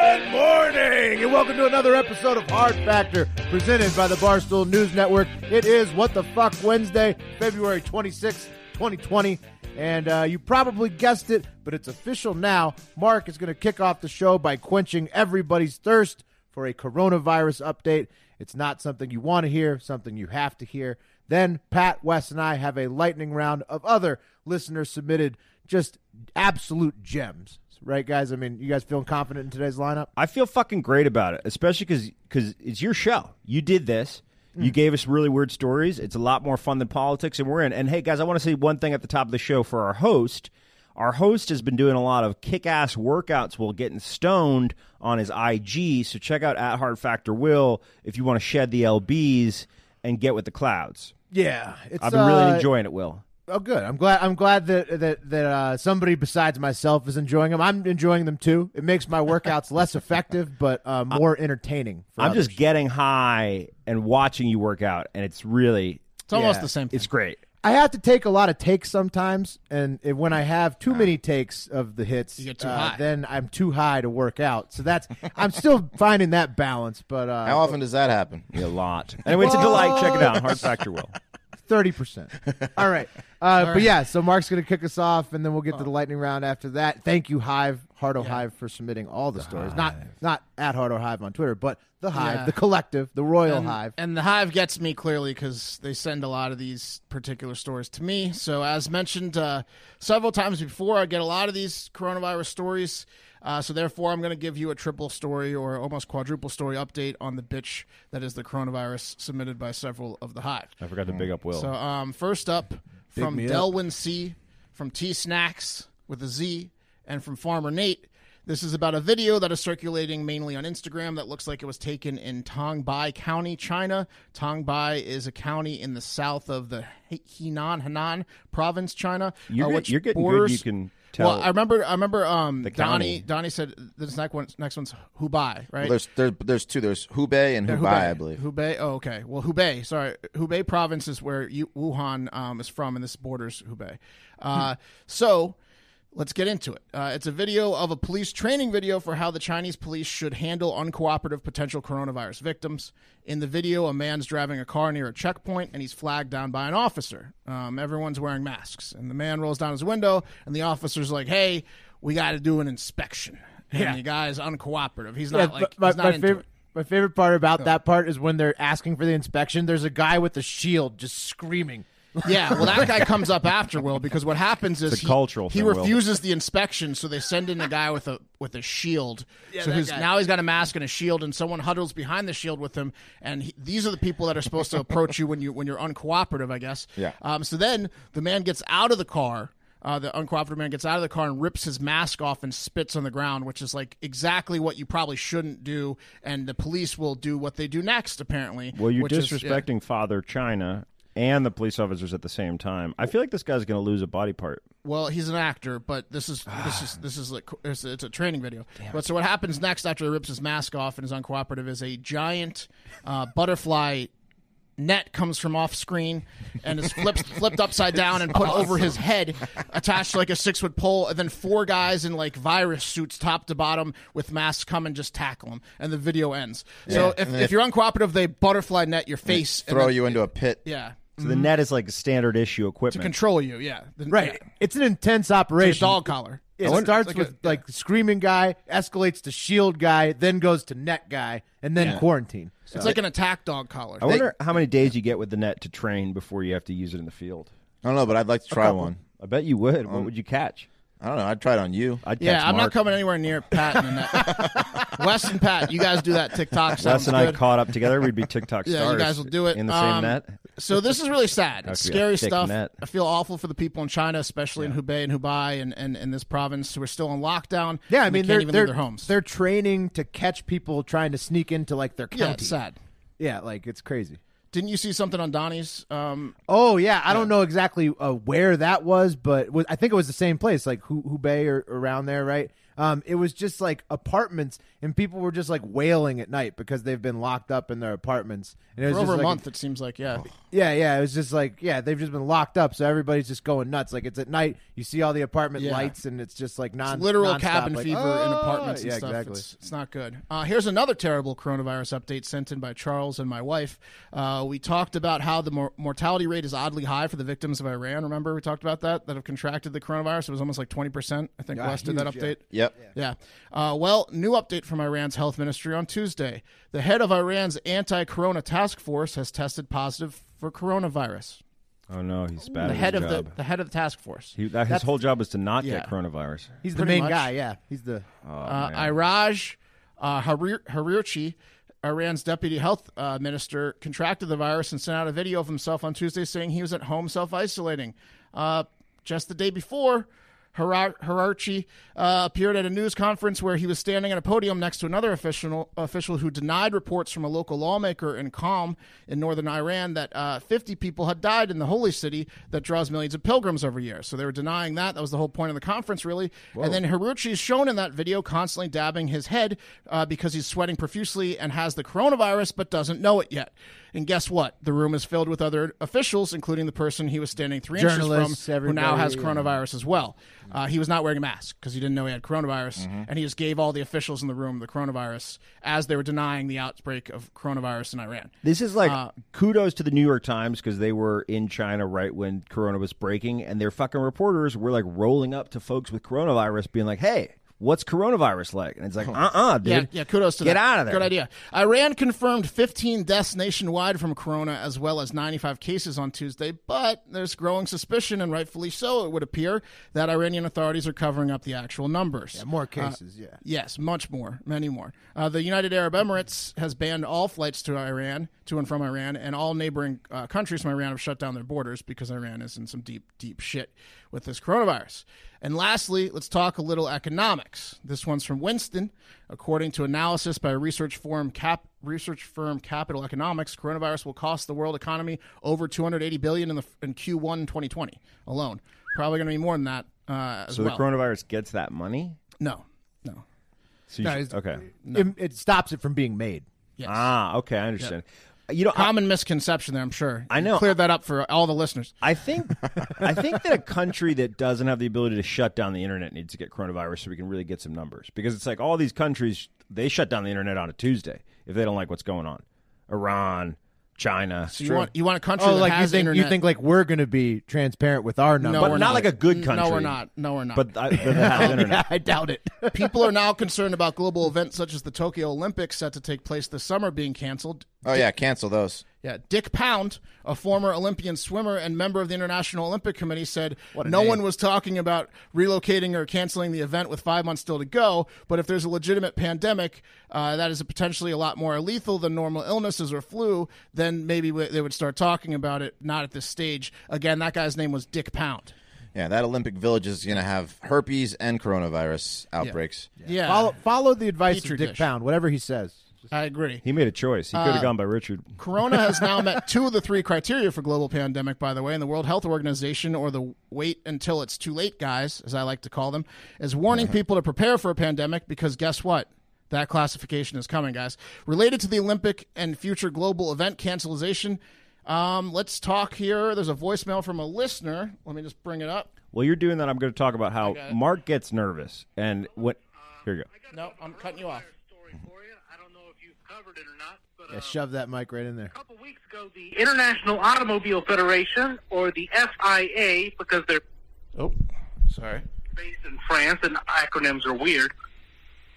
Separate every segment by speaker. Speaker 1: Good morning, and welcome to another episode of Hard Factor, presented by the Barstool News Network. It is What the Fuck Wednesday, February 26th, 2020. And uh, you probably guessed it, but it's official now. Mark is going to kick off the show by quenching everybody's thirst for a coronavirus update. It's not something you want to hear, something you have to hear. Then Pat, Wes, and I have a lightning round of other listener submitted just absolute gems. Right, guys? I mean, you guys feeling confident in today's lineup?
Speaker 2: I feel fucking great about it, especially because it's your show. You did this. You gave us really weird stories. It's a lot more fun than politics, and we're in. And hey, guys, I want to say one thing at the top of the show for our host. Our host has been doing a lot of kick ass workouts while getting stoned on his IG. So check out at Hard Factor Will if you want to shed the LBs and get with the clouds.
Speaker 1: Yeah, it's,
Speaker 2: I've been really
Speaker 1: uh,
Speaker 2: enjoying it, Will.
Speaker 1: Oh, good. I'm glad. I'm glad that that that uh, somebody besides myself is enjoying them. I'm enjoying them too. It makes my workouts less effective, but uh, more entertaining. For
Speaker 2: I'm
Speaker 1: others.
Speaker 2: just getting high and watching you work out, and it's really,
Speaker 3: It's almost
Speaker 1: Yeah.
Speaker 3: the same thing.
Speaker 2: it's great.
Speaker 1: I have to take a lot of takes sometimes, and if, when I have too many takes of the hits,
Speaker 3: You get too
Speaker 1: uh,
Speaker 3: high.
Speaker 1: then I'm too high to work out. So that's I'm still finding that balance, but uh,
Speaker 4: How often does that happen?
Speaker 2: A lot. Anyway, it's a delight. Check it out. Hard Factor Will.
Speaker 1: Thirty percent. All right. Uh, But yeah, so Mark's going to kick us off, and then we'll get to the lightning round after that. Thank you, Hive, Hard O Hive, for submitting all the, stories. Not not at Hard O Hive on Twitter, but the Hive,
Speaker 3: Yeah.
Speaker 1: the collective, the Royal
Speaker 3: and,
Speaker 1: Hive.
Speaker 3: and the hive gets me clearly because they send a lot of these particular stories to me. So, as mentioned uh, several times before, I get a lot of these coronavirus stories. Uh, so, therefore, I'm going to give you a triple story or almost quadruple story update on the bitch that is the coronavirus submitted by several of the hive.
Speaker 2: I forgot to big up Will.
Speaker 3: So, um, first up from
Speaker 1: me up.
Speaker 3: Delwyn C, from T Snacks with a Z, and from Farmer Nate. This is about a video that is circulating mainly on Instagram that looks like it was taken in Tongbai County, China. Tongbai is a county in the south of the He- Henan Henan province, China.
Speaker 2: You're
Speaker 3: uh,
Speaker 2: get-
Speaker 3: which
Speaker 2: you're getting good,
Speaker 3: borders-
Speaker 2: you can tell.
Speaker 3: Well, I remember. I remember. Um, Donnie.
Speaker 2: county.
Speaker 3: Donnie said this next one. Next one's Hubei, right?
Speaker 4: There's there, there's two. There's Hubei and Hubei, I believe.
Speaker 3: Hubei. Oh, okay. Well, Hubei. Sorry, Hubei province is where you, Wuhan um, is from, and this borders Hubei. Uh,
Speaker 1: Hmm.
Speaker 3: so. Let's get into it. Uh, it's a video of a police training video for how the Chinese police should handle uncooperative potential coronavirus victims. In the video, a man's driving a car near a checkpoint and he's flagged down by an officer. Um, everyone's wearing masks. And the man rolls down his window, and the officer's like, hey, we got to do an inspection. And the guy's uncooperative. He's not
Speaker 1: Yeah,
Speaker 3: like,
Speaker 1: my,
Speaker 3: he's not
Speaker 1: my
Speaker 3: into
Speaker 1: favorite.
Speaker 3: it.
Speaker 1: My favorite part about that part is when they're asking for the inspection. There's a guy with a shield just screaming.
Speaker 3: Yeah, well, that guy comes up after Will because what happens is
Speaker 2: It's a
Speaker 3: he,
Speaker 2: cultural
Speaker 3: he
Speaker 2: thing, Will.
Speaker 3: refuses the inspection, so they send in a guy with a with a shield. so he's, now he's got a mask and a shield, and someone huddles behind the shield with him. And he, these are the people that are supposed to approach you when you when you're uncooperative, I guess.
Speaker 4: Yeah.
Speaker 3: Um, so then the man gets out of the car. Uh, the uncooperative man gets out of the car and rips his mask off and spits on the ground, which is like exactly what you probably shouldn't do. And the police will do what they do next, apparently.
Speaker 2: well, you're
Speaker 3: which is- yeah.
Speaker 2: disrespecting Father China and the police officers at the same time. I feel like this guy's going to lose a body part.
Speaker 3: Well, he's an actor, but this is this
Speaker 4: Ah.
Speaker 3: is this is like it's a, it's a training video. But so what happens next after he rips his mask off and is uncooperative is a giant uh, butterfly net comes from off screen and is flipped flipped upside down and put over his head, attached to like a six foot pole, and then four guys in like virus suits, top to bottom, with masks come and just tackle him, and the video ends. So if,
Speaker 4: and
Speaker 3: if,
Speaker 4: if-
Speaker 3: you're uncooperative, they butterfly net your face, and
Speaker 4: Throw
Speaker 3: then-
Speaker 4: you into a pit.
Speaker 3: yeah
Speaker 2: So the net is like standard issue
Speaker 3: Mm-hmm. to
Speaker 2: equipment.
Speaker 3: control you, yeah, The-
Speaker 1: Right.
Speaker 3: yeah.
Speaker 1: It's an intense
Speaker 3: Like
Speaker 1: operation.
Speaker 3: a dog collar.
Speaker 1: It
Speaker 3: It's like-
Speaker 1: starts
Speaker 3: it's like
Speaker 1: with
Speaker 3: a-
Speaker 1: like screaming guy, escalates to shield guy, then goes to net guy, and then quarantine. So
Speaker 3: It's like an attack dog collar.
Speaker 2: I wonder how many days you get with the net to train before you have to use it in the field.
Speaker 4: I don't know, but I'd like to try one.
Speaker 2: I bet you would. what would you catch?
Speaker 4: I don't know. I'd try it on you.
Speaker 2: I'd
Speaker 3: Um, Yeah,
Speaker 2: catch
Speaker 3: I'm not
Speaker 2: Mark.
Speaker 3: coming anywhere near Pat and that. Wes and Pat, you guys do that TikTok. Sounds
Speaker 2: Wes and I
Speaker 3: good.
Speaker 2: caught up together. We'd be TikTok
Speaker 3: Yeah, you
Speaker 2: stars.
Speaker 3: guys will do it.
Speaker 2: in the same
Speaker 3: Um,
Speaker 2: net.
Speaker 3: So this is really sad. It's
Speaker 2: Okay,
Speaker 3: scary
Speaker 2: thick
Speaker 3: stuff.
Speaker 2: net.
Speaker 3: I feel awful for the people in China, especially in Hubei and Hubei and, and, and this province who are still in lockdown.
Speaker 1: Yeah, I
Speaker 3: and they
Speaker 1: mean
Speaker 3: can't
Speaker 1: they're
Speaker 3: even
Speaker 1: they're
Speaker 3: leave their homes.
Speaker 1: they're training to catch people trying to sneak into like their county.
Speaker 3: yeah, it's sad.
Speaker 1: Yeah, like it's crazy.
Speaker 3: Didn't you see something on Donnie's? Um,
Speaker 1: Oh yeah, I don't know exactly uh, where that was, but was, I think it was the same place, like Hu- Hubei or around there, right? Um, it was just like apartments, and people were just like wailing at night because they've been locked up in their apartments. And it was
Speaker 3: for
Speaker 1: just
Speaker 3: over a
Speaker 1: like-
Speaker 3: month, it seems like.
Speaker 2: Oh.
Speaker 3: Yeah,
Speaker 1: Yeah, yeah. It was just like, yeah, they've just been locked up, so everybody's just going nuts. Like it's at night, you see all the apartment
Speaker 3: Yeah.
Speaker 1: lights, and it's just like non
Speaker 3: literal
Speaker 1: nonstop,
Speaker 3: cabin
Speaker 1: like,
Speaker 3: fever in
Speaker 1: "Ah!"
Speaker 3: apartments and
Speaker 1: yeah,
Speaker 3: stuff.
Speaker 1: exactly.
Speaker 3: It's, it's not good. Uh, here's another terrible coronavirus update sent in by Charles and my wife. Uh, we talked about how the mor- mortality rate is oddly high for the victims of Iran. Remember, we talked about that, that have contracted the coronavirus. It was almost like 20%. I think Wes did that update.
Speaker 4: Yep.
Speaker 3: Yeah. Uh, well, new update from Iran's health ministry on Tuesday. The head of Iran's anti corona task force has tested positive for coronavirus.
Speaker 2: Oh no, he's bad.
Speaker 3: The
Speaker 2: at
Speaker 3: head
Speaker 2: his
Speaker 3: of the,
Speaker 2: job.
Speaker 3: the head of the task force.
Speaker 2: He, that, his whole job was to not
Speaker 3: Yeah.
Speaker 2: get coronavirus.
Speaker 1: He's the
Speaker 3: Pretty
Speaker 1: main
Speaker 3: much.
Speaker 1: guy. Yeah, he's the.
Speaker 3: uh, Iraj uh, Harir- Harirchi, Iran's deputy health uh, minister, contracted the virus and sent out a video of himself on Tuesday saying he was at home self isolating. Uh, just the day before, Harar- Hararchi uh, appeared at a news conference where he was standing at a podium next to another official, official who denied reports from a local lawmaker in Qom in northern Iran that uh, 50 people had died in the holy city that draws millions of pilgrims every year. So they were denying that. That was the whole point of the conference, really. And then Haruchi is shown in that video constantly dabbing his head uh, because he's sweating profusely and has the coronavirus but doesn't know it yet. And guess what? The room is filled with other officials, including the person he was standing three inches
Speaker 1: Journalists,
Speaker 3: from, who now
Speaker 1: everybody,
Speaker 3: has
Speaker 1: yeah.
Speaker 3: coronavirus coronavirus as well. Uh, he was not wearing a mask because he didn't know he had coronavirus,
Speaker 2: Mm-hmm.
Speaker 3: and he just gave all the officials in the room the coronavirus as they were denying the outbreak of coronavirus in Iran.
Speaker 2: This is like
Speaker 3: Uh,
Speaker 2: kudos to the New York Times because they were in China right when Corona was breaking, and their fucking reporters were like rolling up to folks with coronavirus, being like, "Hey, what's coronavirus like?" And it's like, "Uh, uh
Speaker 3: Oh. Yeah,
Speaker 2: dude,
Speaker 3: yeah, kudos to
Speaker 2: get
Speaker 3: that.
Speaker 2: out of there."
Speaker 3: Good idea. Iran confirmed 15 deaths nationwide from corona as well as 95 cases on Tuesday, but there's growing suspicion, and rightfully so, it would appear, that Iranian authorities are covering up the actual numbers.
Speaker 1: More cases, yeah.
Speaker 3: Yes, much more, many more. Uh, the United Arab Emirates has banned all flights to Iran, to and from Iran, and all neighboring uh, countries from Iran have shut down their borders because Iran is in some deep, deep shit with this coronavirus. And lastly, let's talk a little economics. This one's from Winston. According to analysis by research firm Cap research firm Capital Economics, coronavirus will cost the world economy over 280 billion in the in Q1 2020 alone. Probably going to be more than that uh, as
Speaker 2: So
Speaker 3: well.
Speaker 2: the coronavirus gets that money.
Speaker 3: no, no.
Speaker 2: So you
Speaker 1: No,
Speaker 2: should-
Speaker 1: it's-
Speaker 2: okay.
Speaker 1: It, it stops it from being made.
Speaker 3: Yes.
Speaker 2: Ah, okay, I understand. You know, I,
Speaker 3: common misconception there, I'm sure.
Speaker 2: I know.
Speaker 3: Clear that up for all the listeners.
Speaker 2: I think I think that a country that doesn't have the ability to shut down the internet needs to get coronavirus so we can really get some numbers because it's like all these countries they shut down the internet on a Tuesday if they don't like what's going on. Iran, China,
Speaker 3: You want you want a country
Speaker 1: Oh,
Speaker 3: that
Speaker 1: like you
Speaker 3: has
Speaker 1: think
Speaker 3: internet.
Speaker 1: you think like we're gonna be transparent with our numbers?
Speaker 3: no,
Speaker 2: but
Speaker 3: we're
Speaker 2: not,
Speaker 3: not.
Speaker 2: like a good
Speaker 3: N- no,
Speaker 2: country.
Speaker 3: we're not. No, we're not.
Speaker 2: But I, but they have internet.
Speaker 1: I doubt it.
Speaker 3: people are now concerned about global events such as the Tokyo Olympics set to take place this summer being canceled.
Speaker 4: Oh yeah, cancel those.
Speaker 3: Yeah, Dick Pound, a former Olympian swimmer and member of the International Olympic Committee, said no one was talking about relocating or canceling the event with five months still to go. But if there's a legitimate pandemic uh, that is potentially a lot more lethal than normal illnesses or flu, then maybe w- they would start talking about it. Not at this stage. Again, that guy's name was Dick Pound.
Speaker 4: Yeah, that Olympic Village is gonna have herpes and coronavirus outbreaks.
Speaker 3: Yeah,
Speaker 1: Follow follow the advice
Speaker 3: Petri
Speaker 1: of Dick
Speaker 3: dish.
Speaker 1: Pound, whatever he says.
Speaker 3: I agree.
Speaker 2: He made a choice. He could
Speaker 3: Uh,
Speaker 2: have gone by Richard.
Speaker 3: Corona has now met two of the three criteria for global pandemic, by the way, and the World Health Organization, or the wait until it's too late guys, as I like to call them, is warning
Speaker 4: Uh-huh.
Speaker 3: people to prepare for a pandemic because guess what? That classification is coming, guys. Related to the Olympic and future global event cancellation, um, let's talk here. There's a voicemail from a listener. Let me just bring it up.
Speaker 2: Well, you're doing that. I'm going to talk about how
Speaker 3: got it.
Speaker 2: Mark gets nervous and what. Here you go.
Speaker 3: No, I'm cutting you off.
Speaker 5: story for you. I don't know if you've covered it or not, but
Speaker 1: Yeah,
Speaker 5: uh,
Speaker 1: shove that mic right in there.
Speaker 5: a couple weeks ago, the International Automobile Federation, or the FIA, because they're
Speaker 3: Oh, sorry.
Speaker 5: based in France and acronyms are weird.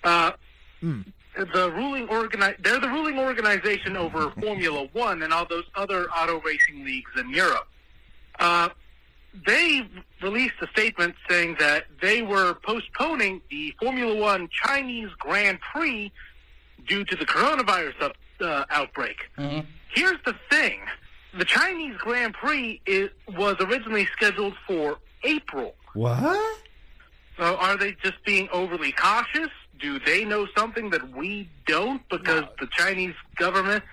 Speaker 5: Uh,
Speaker 3: Hmm.
Speaker 5: The ruling organi- they're the ruling organization over Formula One and all those other auto racing leagues in Europe. Uh, they released a statement saying that they were postponing the Formula One Chinese Grand Prix due to the coronavirus up, uh, outbreak. Here's the thing the Chinese Grand Prix is, was originally scheduled for April.
Speaker 2: What?
Speaker 5: So are they just being overly cautious? Do they know something that we don't because the Chinese government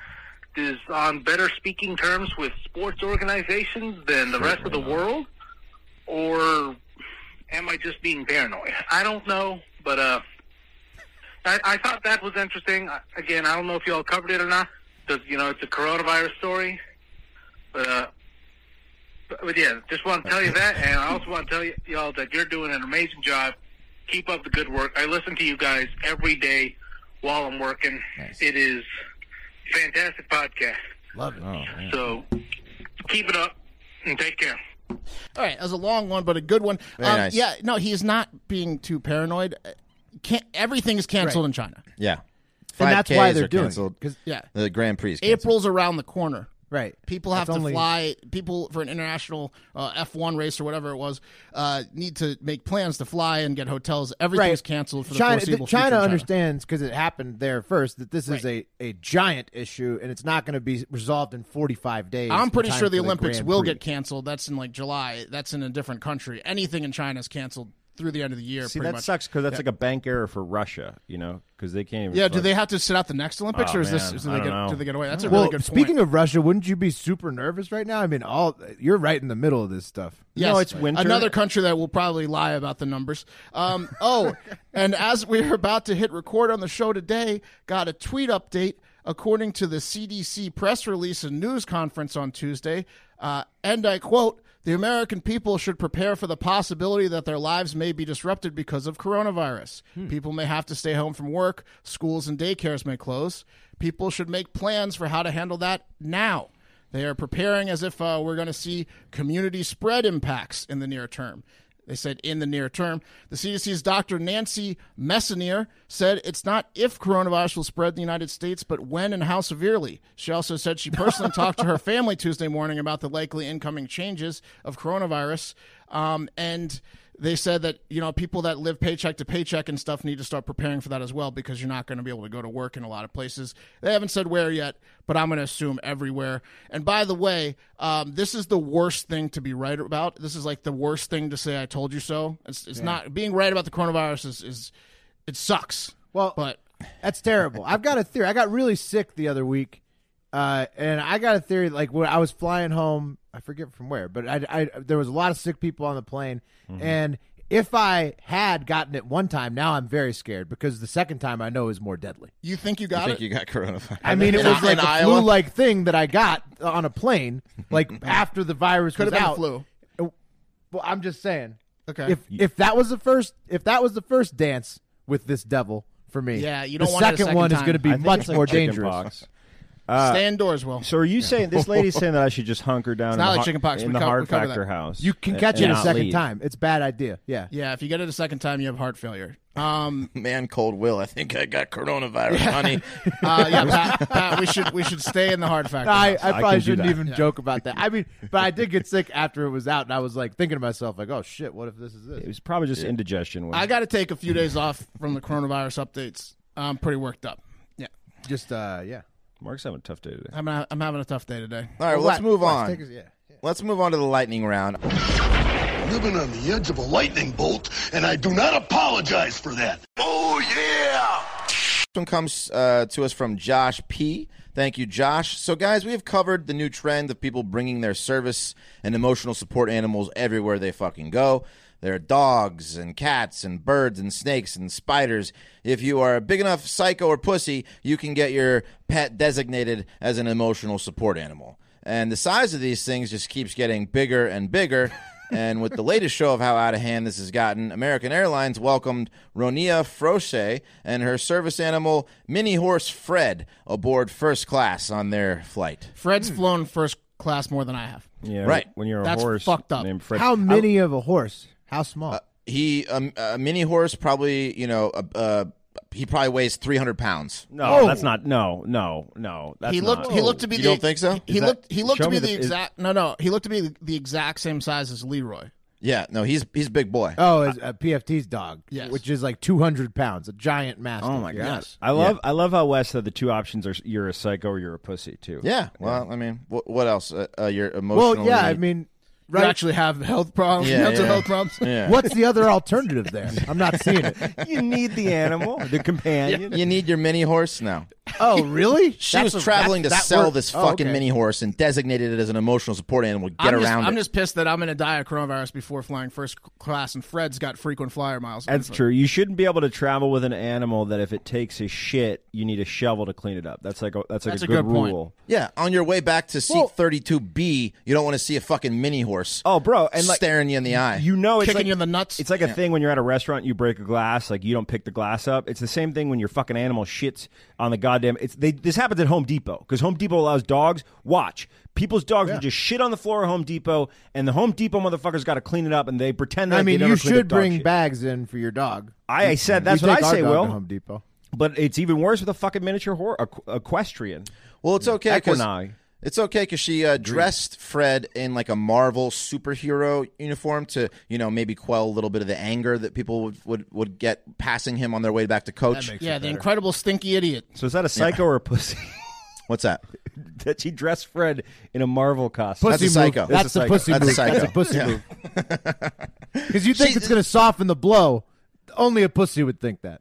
Speaker 5: is on better speaking terms with sports organizations than the rest of the world? Or am I just being paranoid? I don't know, but uh, I, I thought that was interesting. I- Again, I don't know if y'all covered it or not because, you know, it's a coronavirus story. But, uh, but, but yeah, just want to tell you that, and I also want to tell you, y'all that you're doing an amazing job. Keep up the good work. I listen to you guys every day while I'm working. It is fantastic podcast.
Speaker 1: Love it. Oh,
Speaker 5: So keep it up and take care.
Speaker 3: All right, that was a long one, but a good one.
Speaker 4: Very
Speaker 3: um,
Speaker 4: nice.
Speaker 3: Yeah, no, he's not being too paranoid. Uh, Can't, everything is canceled in China.
Speaker 4: Yeah.
Speaker 1: And that's why
Speaker 4: 5Ks
Speaker 1: they're
Speaker 4: are
Speaker 1: doing it,
Speaker 4: canceled.
Speaker 1: 'cause-
Speaker 3: Yeah.
Speaker 4: The Grand Prix. is canceled.
Speaker 3: April's around the corner.
Speaker 1: Right.
Speaker 3: People have
Speaker 1: That's
Speaker 3: to
Speaker 1: only-
Speaker 3: fly. People for an international uh, F1 race or whatever it was uh, need to make plans to fly and get hotels. Everything's canceled for the
Speaker 1: China,
Speaker 3: foreseeable future. in
Speaker 1: China
Speaker 3: China
Speaker 1: understands because it happened there first that this is a, a giant issue and it's not going to be resolved in 45 days.
Speaker 3: I'm
Speaker 1: in
Speaker 3: pretty
Speaker 1: time
Speaker 3: sure the
Speaker 1: for
Speaker 3: Olympics
Speaker 1: Grand
Speaker 3: will
Speaker 1: Prix.
Speaker 3: get canceled. That's in like July. That's in a different country. Anything in China is canceled through the end of the year.
Speaker 2: See,
Speaker 3: pretty
Speaker 2: that
Speaker 3: much.
Speaker 2: sucks because that's like a bank error for Russia, you know, because they can't even.
Speaker 3: Yeah, do
Speaker 2: fuck-
Speaker 3: they have to sit out the next Olympics,
Speaker 2: Oh,
Speaker 3: or is this
Speaker 2: man,
Speaker 3: is
Speaker 2: I
Speaker 3: they
Speaker 2: don't
Speaker 3: get,
Speaker 2: know.
Speaker 3: do they get away? That's a
Speaker 1: Well,
Speaker 3: really good
Speaker 1: speaking
Speaker 3: point.
Speaker 1: of Russia, wouldn't you be super nervous right now? I mean, all you're right in the middle of this stuff.
Speaker 3: Yes.
Speaker 2: No, it's winter.
Speaker 3: Another country that will probably lie about the numbers. Um, oh, and as we're about to hit record on the show today, got a tweet update. According to the CDC press release and news conference on Tuesday, uh, and I quote, the American people should prepare for the possibility that their lives may be disrupted because of coronavirus.
Speaker 2: Hmm.
Speaker 3: People may have to stay home from work, schools and daycares may close. People should make plans for how to handle that now. They are preparing as if uh, we're going to see community spread impacts in the near term. They said in the near term. The CDC's Dr. Nancy Messonnier said it's not if coronavirus will spread in the United States, but when and how severely. She also said she personally talked to her family Tuesday morning about the likely incoming changes of coronavirus. Um, and they said that you know people that live paycheck to paycheck and stuff need to start preparing for that as well because you're not going to be able to go to work in a lot of places. They haven't said where yet, but I'm going to assume everywhere. And by the way, um, this is the worst thing to be right about. This is like the worst thing to say. I told you so. It's, it's not being right about the coronavirus is, is it sucks.
Speaker 1: Well,
Speaker 3: but
Speaker 1: That's terrible. I've got a theory. I got really sick the other week, uh, and I got a theory. Like when I was flying home, I forget from where, but I, I there was a lot of sick people on the plane, and if I had gotten it one time, now I'm very scared because the second time I know is more deadly.
Speaker 3: you think you got
Speaker 4: I think
Speaker 3: it?
Speaker 4: you got coronavirus.
Speaker 1: I mean, it
Speaker 4: In-
Speaker 1: was like
Speaker 4: in
Speaker 1: a
Speaker 4: Iowa?
Speaker 1: flu-like thing that I got on a plane, like after the virus
Speaker 3: Could have
Speaker 1: was
Speaker 3: been
Speaker 1: out.
Speaker 3: flu.
Speaker 1: Well, I'm just saying,
Speaker 3: Okay.
Speaker 1: if if that was the first, if that was the first dance with this devil for me,
Speaker 3: Yeah, you don't
Speaker 1: the
Speaker 3: want it a
Speaker 1: second,
Speaker 3: second
Speaker 1: one is
Speaker 3: time.
Speaker 1: going to
Speaker 2: I
Speaker 1: be
Speaker 2: think
Speaker 1: much
Speaker 2: it's like
Speaker 1: more
Speaker 2: chicken
Speaker 1: dangerous.
Speaker 2: pox. uh,
Speaker 3: Stay indoors, Will.
Speaker 2: So are you saying this lady's saying that I should just hunker down? in
Speaker 3: not
Speaker 2: the
Speaker 3: like
Speaker 2: har-
Speaker 3: chicken pox.
Speaker 2: in
Speaker 3: We
Speaker 2: the
Speaker 3: co- we
Speaker 2: hard
Speaker 3: covered
Speaker 2: factor
Speaker 3: that.
Speaker 2: house.
Speaker 1: You can
Speaker 2: and-
Speaker 1: catch
Speaker 2: and
Speaker 1: it a
Speaker 2: not
Speaker 1: second
Speaker 2: leave.
Speaker 1: time. It's a bad idea. Yeah.
Speaker 3: yeah, if you get it a second time, you have heart failure. Um,
Speaker 4: Man, cold will. I think I got coronavirus, honey.
Speaker 3: Uh, yeah, Pat, Pat, we should we should stay in the hard factor.
Speaker 1: I,
Speaker 3: house.
Speaker 1: I
Speaker 2: can
Speaker 1: probably
Speaker 2: do
Speaker 1: shouldn't
Speaker 2: that.
Speaker 1: even joke about that. I mean, but I did get sick after it was out, and I was like thinking to myself, like, "Oh shit, what if this is
Speaker 2: It
Speaker 1: this?"
Speaker 2: was probably just indigestion.
Speaker 3: I got to take a few days off from the coronavirus updates. I'm pretty worked up. Yeah,
Speaker 1: Just uh, yeah.
Speaker 2: Mark's having a tough day today.
Speaker 3: I'm ha- I'm having a tough day today.
Speaker 4: All right, well, let's move
Speaker 1: Relax,
Speaker 4: on.
Speaker 1: take a- yeah, yeah.
Speaker 4: Let's move on to the lightning round.
Speaker 6: Living on the edge of a lightning bolt, and I do not apologize for that. Oh, yeah!
Speaker 4: This one comes uh, to us from Josh P. Thank you, Josh. So, guys, we have covered the new trend of people bringing their service and emotional support animals everywhere they fucking go. There are dogs and cats and birds and snakes and spiders. If you are a big enough psycho or pussy, you can get your pet designated as an emotional support animal. And the size of these things just keeps getting bigger and bigger. and with the latest show of how out of hand this has gotten, American Airlines welcomed Ronia Froche and her service animal, mini horse Fred, aboard first class on their flight.
Speaker 3: Fred's flown first class more than I have.
Speaker 2: Yeah,
Speaker 4: Right.
Speaker 2: When you're a
Speaker 3: That's
Speaker 2: horse
Speaker 3: fucked up.
Speaker 2: named Fred.
Speaker 1: How
Speaker 2: Uh,
Speaker 1: many of a horse? How small?
Speaker 4: uh, He, um, a mini horse, probably, you know, a, a, he probably weighs 300 pounds.
Speaker 2: No, that's not. No, no, no. That's
Speaker 3: Oh. he looked.
Speaker 2: Not.
Speaker 3: He looked to be.
Speaker 4: You
Speaker 3: the,
Speaker 4: don't think so?
Speaker 3: He,
Speaker 2: Is that-
Speaker 3: looked. He looked
Speaker 2: show
Speaker 3: to be
Speaker 2: me
Speaker 3: the,
Speaker 2: the- is-
Speaker 3: exact. No, no. He looked to be the exact same size as Leroy.
Speaker 4: Yeah, no, he's he's a big boy.
Speaker 1: Oh, is uh, PFT's dog,
Speaker 3: Yes.
Speaker 1: which is like 200 pounds, a giant mastiff.
Speaker 2: Oh my gosh.
Speaker 3: Yes.
Speaker 2: I love. I love how Wes said the two options are you're a psycho or you're a pussy too.
Speaker 4: yeah, well, I mean, what, what else? Uh, uh, your
Speaker 1: Well,
Speaker 4: emotional.
Speaker 1: Oh, yeah, I mean,
Speaker 3: Right. You actually have health problems.
Speaker 4: Yeah,
Speaker 3: mental
Speaker 4: yeah.
Speaker 3: health problems.
Speaker 4: yeah.
Speaker 1: what's the other alternative there? I'm not seeing it.
Speaker 2: you need the animal, the companion.
Speaker 4: You need your mini horse now.
Speaker 1: Oh, really?
Speaker 4: She was traveling to sell this
Speaker 1: oh,
Speaker 4: fucking
Speaker 1: okay.
Speaker 4: mini horse and designated it as an emotional support animal. Get
Speaker 3: I'm
Speaker 4: around
Speaker 3: just,
Speaker 4: it.
Speaker 3: I'm just pissed that I'm gonna die of coronavirus before flying first class, and Fred's got frequent flyer miles.
Speaker 2: That's true. You shouldn't be able to travel with an animal that if it takes a shit, you need a shovel to clean it up. That's like a, that's like
Speaker 3: That's
Speaker 2: a,
Speaker 3: a
Speaker 2: good,
Speaker 3: good point.
Speaker 2: rule.
Speaker 4: yeah, on your way back to seat 32B, you don't want to see a fucking mini horse.
Speaker 2: Oh, bro, and like
Speaker 4: staring you in the eye.
Speaker 2: you know, it's
Speaker 3: Kicking
Speaker 2: like,
Speaker 3: you in the nuts.
Speaker 2: It's like a thing when you're at a restaurant, you break a glass, like you don't pick the glass up. It's the same thing when your fucking animal shits on the goddamn. It's they. This happens at Home Depot because Home Depot allows dogs. Watch people's dogs will just shit on the floor of Home Depot, and the Home Depot motherfuckers got to clean it up, and they pretend. That
Speaker 1: I mean,
Speaker 2: they
Speaker 1: you
Speaker 2: never cleaned up
Speaker 1: should
Speaker 2: dog
Speaker 1: bring
Speaker 2: shit.
Speaker 1: bags in for your dog.
Speaker 2: I, I said that's
Speaker 1: we
Speaker 2: what
Speaker 1: take
Speaker 2: I
Speaker 1: our
Speaker 2: say,
Speaker 1: dog to
Speaker 2: Will.
Speaker 1: Home Depot.
Speaker 2: But it's even worse with a fucking miniature hor- equ- equestrian.
Speaker 4: well, it's okay because
Speaker 2: Equini.
Speaker 4: it's okay because she uh, dressed Fred in like a Marvel superhero uniform to you know maybe quell a little bit of the anger that people would would, would get passing him on their way back to coach.
Speaker 3: Yeah, the incredible stinky idiot.
Speaker 2: So is that a psycho or a pussy?
Speaker 4: What's that?
Speaker 2: that she dressed Fred in a Marvel costume.
Speaker 4: That's a psycho.
Speaker 1: That's, a, pussy
Speaker 4: That's a
Speaker 1: move.
Speaker 4: psycho.
Speaker 1: That's a pussy
Speaker 4: Yeah.
Speaker 1: move. Because you think
Speaker 4: She-
Speaker 1: it's going to soften the blow. Only a pussy would think that.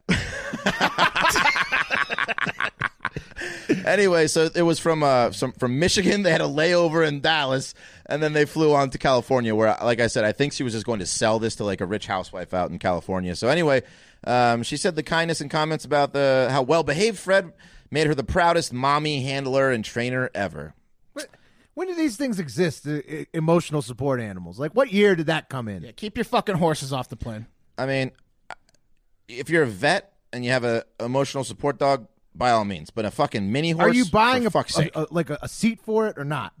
Speaker 4: Anyway, so it was from uh some, from Michigan. They had a layover in Dallas, and then they flew on to California, where, like I said, I think she was just going to sell this to like a rich housewife out in California. So anyway, um, she said the kindness and comments about the how well behaved Fred made her the proudest mommy handler and trainer ever.
Speaker 1: When do these things exist? e- e- Emotional support animals. Like, what year did that come in?
Speaker 3: Yeah, keep your fucking horses off the plane.
Speaker 4: I mean, if you're a vet and you have a emotional support dog, by all means, but a fucking mini horse.
Speaker 1: Are you buying
Speaker 4: for
Speaker 1: a,
Speaker 4: fuck's sake?
Speaker 1: a- a- like a, a seat for it or not?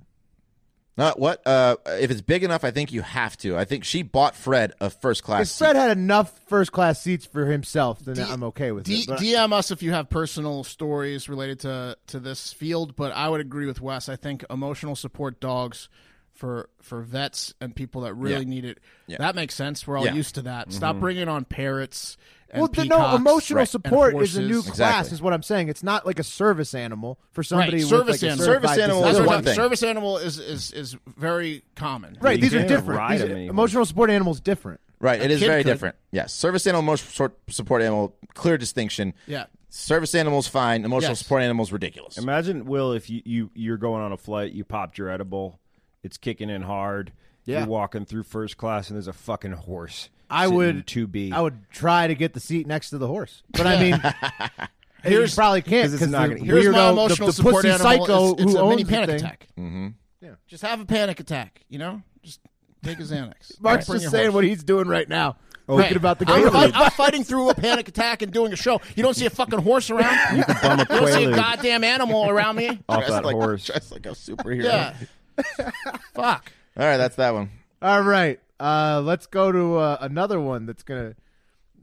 Speaker 4: Not what? Uh, if it's big enough, I think you have to. I think she bought Fred a first
Speaker 1: If
Speaker 4: class.
Speaker 1: Fred had enough first class seats for himself, then i I'm okay with
Speaker 3: D-
Speaker 1: it. But-
Speaker 3: DM us if you have personal stories related to to this field, but I would agree with Wes. I think emotional support dogs for for vets and people that really
Speaker 4: Yeah.
Speaker 3: need it.
Speaker 4: Yeah.
Speaker 3: That makes sense. We're all
Speaker 4: Yeah. Mm-hmm.
Speaker 3: used to that. Stop bringing on parrots. And
Speaker 1: well, then, no,
Speaker 3: peacocks
Speaker 1: emotional
Speaker 3: and
Speaker 1: support is
Speaker 3: horses.
Speaker 1: a new class,
Speaker 4: Exactly.
Speaker 1: is what I'm saying. It's not like a service animal for somebody.
Speaker 3: Right,
Speaker 1: with, like,
Speaker 3: service
Speaker 1: a
Speaker 3: animal.
Speaker 1: certified
Speaker 4: Service animal is
Speaker 3: That's
Speaker 1: disability.
Speaker 3: what
Speaker 4: one
Speaker 3: I'm-
Speaker 4: thing.
Speaker 3: Service animal is is is very common.
Speaker 1: Right,
Speaker 2: You
Speaker 1: these are
Speaker 2: can't
Speaker 1: different.
Speaker 2: ride
Speaker 1: These-
Speaker 2: them anymore.
Speaker 1: emotional support animals different.
Speaker 4: Right, it is
Speaker 3: kid
Speaker 4: very
Speaker 3: could.
Speaker 4: different. Yes, service animal, emotional sort- support animal, clear distinction.
Speaker 3: Yeah.
Speaker 4: service animals fine, emotional
Speaker 3: Yes.
Speaker 4: support animals ridiculous.
Speaker 2: Imagine Will if you, you you're going on a flight, you popped your edible, it's kicking in hard.
Speaker 1: Yeah.
Speaker 2: You're walking through first class and there's a fucking horse.
Speaker 1: I
Speaker 2: sitting
Speaker 1: would
Speaker 2: to be.
Speaker 1: I would try to get the seat next to the horse, but I mean, here's, you probably can't
Speaker 2: 'cause it's
Speaker 1: because
Speaker 2: not
Speaker 1: the
Speaker 2: gonna-
Speaker 3: Here's
Speaker 1: weirdo,
Speaker 3: my emotional
Speaker 1: the, the
Speaker 3: support
Speaker 1: pussy
Speaker 3: animal.
Speaker 1: psycho
Speaker 3: it's, it's
Speaker 1: who
Speaker 3: a
Speaker 1: owns
Speaker 3: mini
Speaker 1: the
Speaker 3: panic
Speaker 1: thing.
Speaker 3: attack. Mm-hmm. Yeah. Just have a panic attack. You know, just take his Xanax.
Speaker 1: Mark's
Speaker 3: Bring
Speaker 1: just
Speaker 3: your
Speaker 1: saying
Speaker 3: horse. Oh,
Speaker 1: what he's doing right now,
Speaker 3: Right.
Speaker 1: thinking about the
Speaker 3: I'm,
Speaker 1: Gatorade.
Speaker 3: fight- I'm fighting through a panic attack and doing a show. You don't see a fucking horse around. You,
Speaker 2: bum a
Speaker 3: don't see a
Speaker 2: Quaalude
Speaker 3: goddamn animal around me.
Speaker 2: off
Speaker 4: Dressed
Speaker 2: that
Speaker 4: like,
Speaker 2: horse.
Speaker 4: dressed like a superhero.
Speaker 3: Yeah. Fuck.
Speaker 4: All right, that's that one.
Speaker 1: All right, uh, let's go to uh, another one that's gonna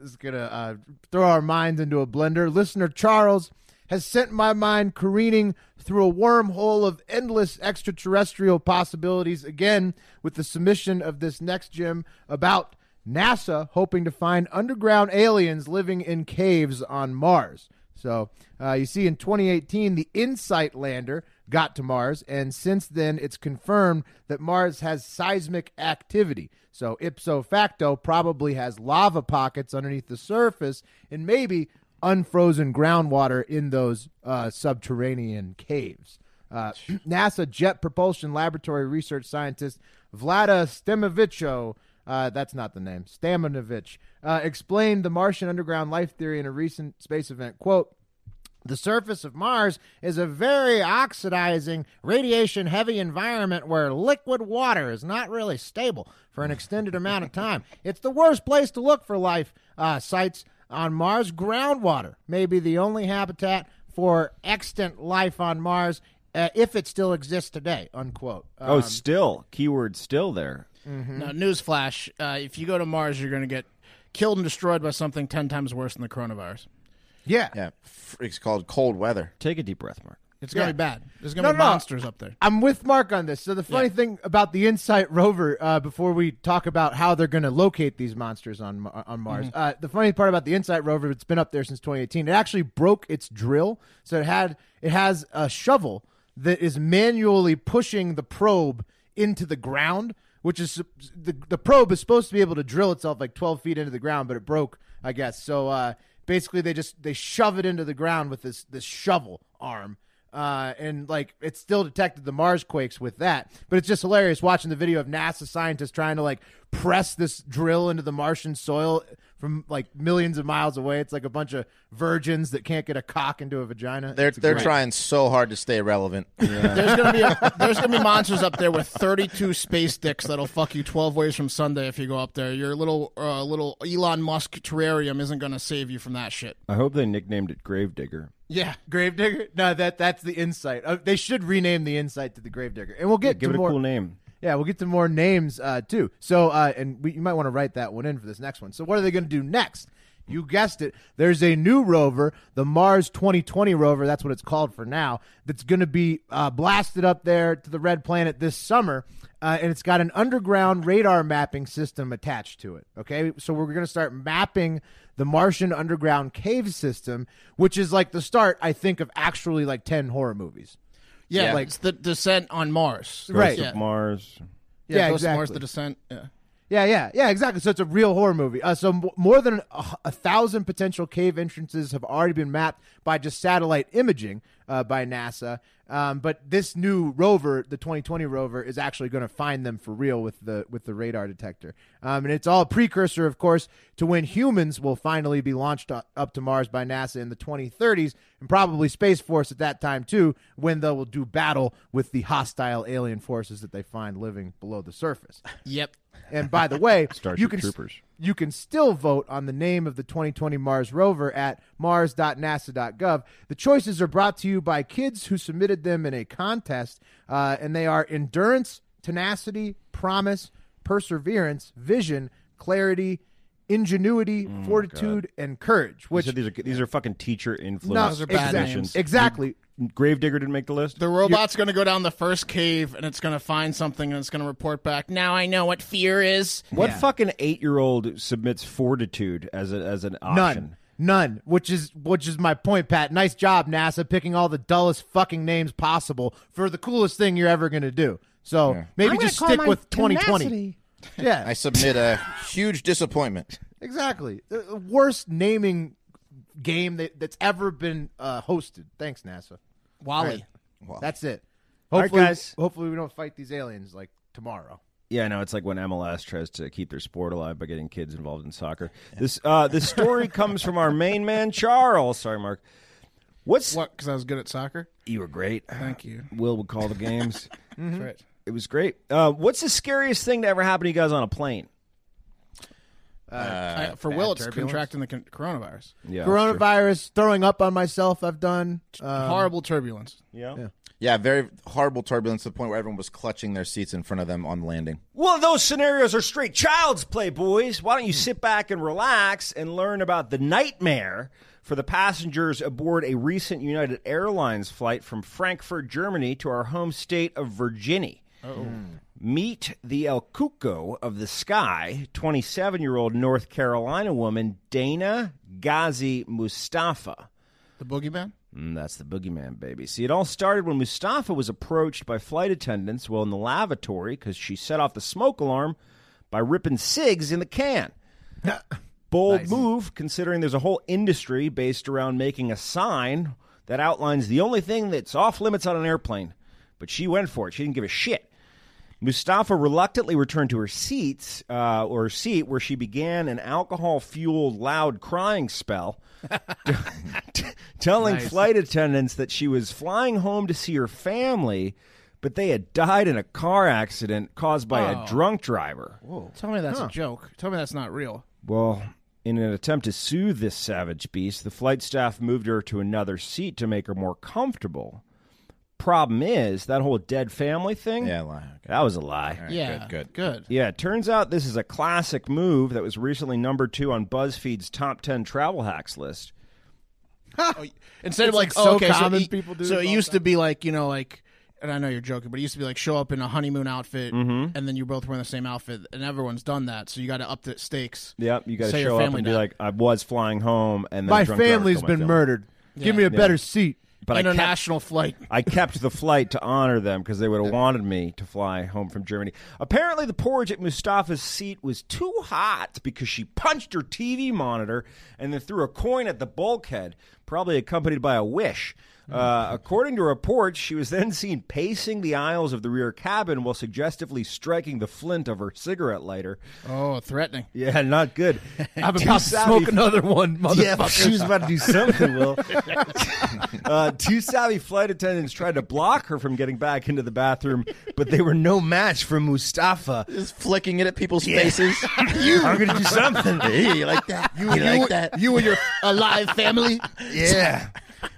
Speaker 1: is gonna uh, throw our minds into a blender. Listener Charles has sent my mind careening through a wormhole of endless extraterrestrial possibilities again with the submission of this next gem about NASA hoping to find underground aliens living in caves on Mars. So uh, you see, in 2018, the InSight lander got to Mars, and since then, it's confirmed that Mars has seismic activity. So ipso facto, probably has lava pockets underneath the surface, and maybe unfrozen groundwater in those uh, subterranean caves. Uh, NASA Jet Propulsion Laboratory research scientist Vlada Stemivicho, uh, that's not the name, Staminovich, uh, explained the Martian underground life theory in a recent space event. Quote, the surface of Mars is a very oxidizing, radiation heavy environment where liquid water is not really stable for an extended amount of time. It's the worst place to look for life uh, sites on Mars. Groundwater may be the only habitat for extant life on Mars uh, if it still exists today. Unquote. Uh,
Speaker 2: oh, still keyword still there.
Speaker 3: Now, newsflash: uh, if you go to Mars, you're going to get killed and destroyed by something ten times worse than the coronavirus.
Speaker 1: Yeah.
Speaker 4: Yeah, f- it's called cold weather.
Speaker 2: Take a deep breath, Mark.
Speaker 3: It's gonna
Speaker 1: Yeah.
Speaker 3: be bad. There's gonna be monsters up there.
Speaker 1: I'm with Mark on this. So the funny thing about the InSight rover, uh, before we talk about how they're going to locate these monsters on Ma- on Mars, uh, the funny part about the InSight rover, it's been up there since 2018. It actually broke its drill, so it had it has a shovel that is manually pushing the probe into the ground, which is the the probe is supposed to be able to drill itself like 12 feet into the ground, but it broke, I guess. So uh, basically, they just they shove it into the ground with this this shovel arm uh, and like it still detected the Mars quakes with that. But it's just hilarious watching the video of NASA scientists trying to like press this drill into the Martian soil from like millions of miles away. It's like a bunch of virgins that can't get a cock into a vagina.
Speaker 4: They're
Speaker 1: It's
Speaker 4: they're
Speaker 1: great.
Speaker 4: trying so hard to stay relevant.
Speaker 3: There's gonna be a, there's gonna be monsters up there with 32 space dicks that'll fuck you 12 ways from Sunday if you go up there. Your little uh, little Elon Musk terrarium isn't gonna save you from that shit.
Speaker 2: I hope they nicknamed it Gravedigger.
Speaker 3: Yeah,
Speaker 1: Gravedigger. No, that that's the insight. Uh, they should rename the insight to the Gravedigger, and we'll get
Speaker 2: Give
Speaker 1: to
Speaker 2: it a
Speaker 1: more.
Speaker 2: cool name.
Speaker 1: Yeah, we'll get to more names uh, too. So, uh, and we, you might want to write that one in for this next one. So, what are they going to do next? You guessed it. There's a new rover, the Mars 2020 rover. That's what it's called for now. That's going to be uh, blasted up there to the red planet this summer, uh, and it's got an underground radar mapping system attached to it. Okay, so we're going to start mapping the Martian underground cave system, which is like the start, I think, of actually like ten horror movies.
Speaker 3: yeah,
Speaker 4: Yeah.
Speaker 3: like it's the descent on Mars.
Speaker 2: Ghost
Speaker 1: Right.
Speaker 2: of
Speaker 3: Yeah.
Speaker 2: Mars.
Speaker 3: Yeah,
Speaker 1: Yeah,
Speaker 3: Ghost of Mars,
Speaker 1: exactly.
Speaker 3: the descent. Yeah.
Speaker 1: Yeah, yeah, yeah, exactly. So it's a real horror movie. Uh, so m- more than a, h- a thousand potential cave entrances have already been mapped by just satellite imaging uh, by NASA. Um, but this new rover, the 2020 rover, is actually going to find them for real with the with the radar detector. Um, and it's all a precursor, of course, to when humans will finally be launched u- up to Mars by NASA in the 2030s, and probably Space Force at that time too, when they will do battle with the hostile alien forces that they find living below the surface.
Speaker 3: Yep.
Speaker 1: And by the way,
Speaker 2: Starship
Speaker 1: you can
Speaker 2: Troopers.
Speaker 1: you can still vote on the name of the 2020 Mars rover at mars.nasa.gov. The choices are brought to you by kids who submitted them in a contest, uh, and they are endurance, tenacity, promise, perseverance, vision, clarity,
Speaker 2: Oh
Speaker 1: ingenuity, fortitude, and courage.
Speaker 2: You
Speaker 1: Which
Speaker 2: said these are these are fucking teacher
Speaker 1: no,
Speaker 2: influenced
Speaker 3: bad
Speaker 1: exactly,
Speaker 2: names.
Speaker 1: exactly.
Speaker 2: Gravedigger didn't make the list.
Speaker 3: The robot's going to go down the first cave and it's going to find something and it's going to report back. Now I know what fear is.
Speaker 2: What fucking eight year old submits fortitude as a, as an option?
Speaker 1: None. None, which is which is my point, Pat. Nice job, NASA, picking all the dullest fucking names possible for the coolest thing you're ever gonna do. So maybe just stick with 2020. Yeah,
Speaker 4: I submit a huge disappointment.
Speaker 1: exactly. The the worst naming game that, that's ever been uh, hosted. Thanks, NASA.
Speaker 2: Oh,
Speaker 3: Wally.
Speaker 1: That's it.
Speaker 2: right,
Speaker 1: Hopefully,
Speaker 2: guys.
Speaker 1: hopefully we don't fight these aliens like tomorrow.
Speaker 2: Yeah, I know. It's like when MLS tries to keep their sport alive by getting kids involved in soccer. This uh, this story comes from our main man Charles. Sorry, Mark. What's
Speaker 3: What? Because I was good at soccer?
Speaker 2: you were great.
Speaker 3: Thank you.
Speaker 2: Will would call the games.
Speaker 3: That's right.
Speaker 2: it was great. Uh, what's the scariest thing to ever happen to you guys on a plane?
Speaker 3: I- for Will, it's contracting the con- coronavirus.
Speaker 2: Yeah,
Speaker 1: Coronavirus, throwing up on myself. I've done. Um,
Speaker 3: Horrible turbulence.
Speaker 2: Yeah.
Speaker 4: Yeah, very horrible turbulence to the point where everyone was clutching their seats in front of them on landing.
Speaker 2: Well, those scenarios are straight child's play, boys. Why don't you sit back and relax and learn about the nightmare for the passengers aboard a recent United Airlines flight from Frankfurt, Germany to our home state of Virginia? Meet the El Cuco of the Sky, 27 year old North Carolina woman Dana Ghazi Mustafa.
Speaker 3: The boogeyman?
Speaker 2: Mm, that's the boogeyman, baby. See, it all started when Mustafa was approached by flight attendants while in the lavatory because she set off the smoke alarm by ripping cigs in the can. Bold move, considering there's a whole industry based around making a sign that outlines the only thing that's off limits on an airplane. But she went for it. She didn't give a shit. Mustafa reluctantly returned to her seats uh, or her seat where she began an alcohol fueled loud crying spell, t- telling flight attendants that she was flying home to see her family, but they had died in a car accident caused by a drunk driver.
Speaker 3: Tell me that's a joke. Tell me that's not real.
Speaker 2: Well, in an attempt to soothe this savage beast, the flight staff moved her to another seat to make her more comfortable. Problem is, that whole dead family thing?
Speaker 4: Yeah, lie. Okay.
Speaker 2: That was a lie.
Speaker 3: Yeah.
Speaker 4: good,
Speaker 3: Good.
Speaker 2: Yeah, it turns out this is a classic move that was recently number two on BuzzFeed's top 10 travel hacks list.
Speaker 3: oh, instead
Speaker 1: It's,
Speaker 3: of like,
Speaker 1: like, so
Speaker 3: oh, okay,
Speaker 1: common
Speaker 3: so, it-
Speaker 1: people do
Speaker 3: so
Speaker 1: this
Speaker 3: it
Speaker 1: all
Speaker 3: used
Speaker 1: the
Speaker 3: to be like you know like. And I know you're joking, but it used to be like show up in a honeymoon outfit, and then you're both wearing the same outfit, and everyone's done that. So you got to up the stakes.
Speaker 2: Yep, you got to
Speaker 3: Say your
Speaker 2: show up
Speaker 3: family
Speaker 2: and be
Speaker 3: died.
Speaker 2: like, I was flying home, and then
Speaker 1: my
Speaker 2: a drunk driver
Speaker 1: family's
Speaker 2: killed my
Speaker 1: been
Speaker 2: family."
Speaker 1: murdered. Give me a better seat.
Speaker 2: But I kept,
Speaker 3: international flight.
Speaker 2: I kept the flight to honor them because they would have wanted me to fly home from Germany. Apparently, the porridge at Mustafa's seat was too hot because she punched her TV monitor and then threw a coin at the bulkhead, probably accompanied by a wish. Uh, according to reports, she was then seen pacing the aisles of the rear cabin while suggestively striking the flint of her cigarette lighter.
Speaker 3: Oh, threatening.
Speaker 2: Yeah, not good.
Speaker 1: I'm
Speaker 2: Too
Speaker 1: about to
Speaker 2: savvy
Speaker 1: smoke another one,
Speaker 2: yeah,
Speaker 1: motherfucker.
Speaker 2: she was about to do something, Will. uh, two savvy flight attendants tried to block her from getting back into the bathroom, but they were no match for Mustafa.
Speaker 4: Just flicking it at people's faces. you
Speaker 2: I'm going to do something.
Speaker 4: Hey, you like that? You, like that?
Speaker 3: You and your alive family.
Speaker 2: Yeah.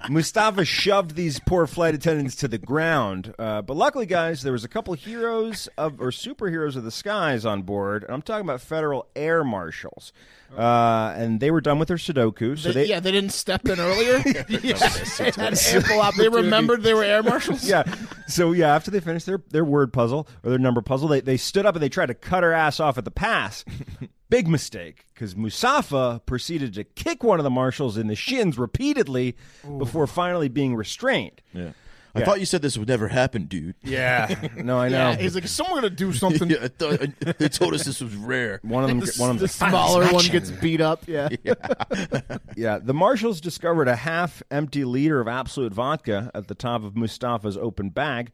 Speaker 2: Mustafa shoved these poor flight attendants to the ground. Uh, but luckily, guys, there was a couple heroes of or superheroes of the skies on board, and I'm talking about federal air marshals. Uh, and they were done with their Sudoku, so they,
Speaker 3: yeah, they didn't step in earlier.
Speaker 1: They had ample
Speaker 3: they
Speaker 1: opportunity.
Speaker 3: remembered they were air marshals.
Speaker 2: yeah. So yeah, after they finished their, their word puzzle or their number puzzle, they, they stood up and they tried to cut her ass off at the pass. Big mistake, because Musafa proceeded to kick one of the marshals in the shins repeatedly before finally being restrained.
Speaker 4: Yeah. I thought you said this would never happen, dude.
Speaker 2: Yeah. No, I know.
Speaker 3: Yeah, he's like, someone gonna do something.
Speaker 4: I thought, they told us this was rare.
Speaker 2: one of them, one of them,
Speaker 1: the smaller one gets beat up. Yeah.
Speaker 2: yeah. The marshals discovered a half-empty liter of absolute vodka at the top of Mustafa's open bag,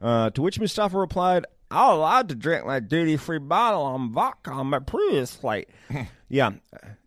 Speaker 2: uh, to which Mustafa replied, "I'm allowed to drink my duty-free bottle of vodka on my previous flight." yeah.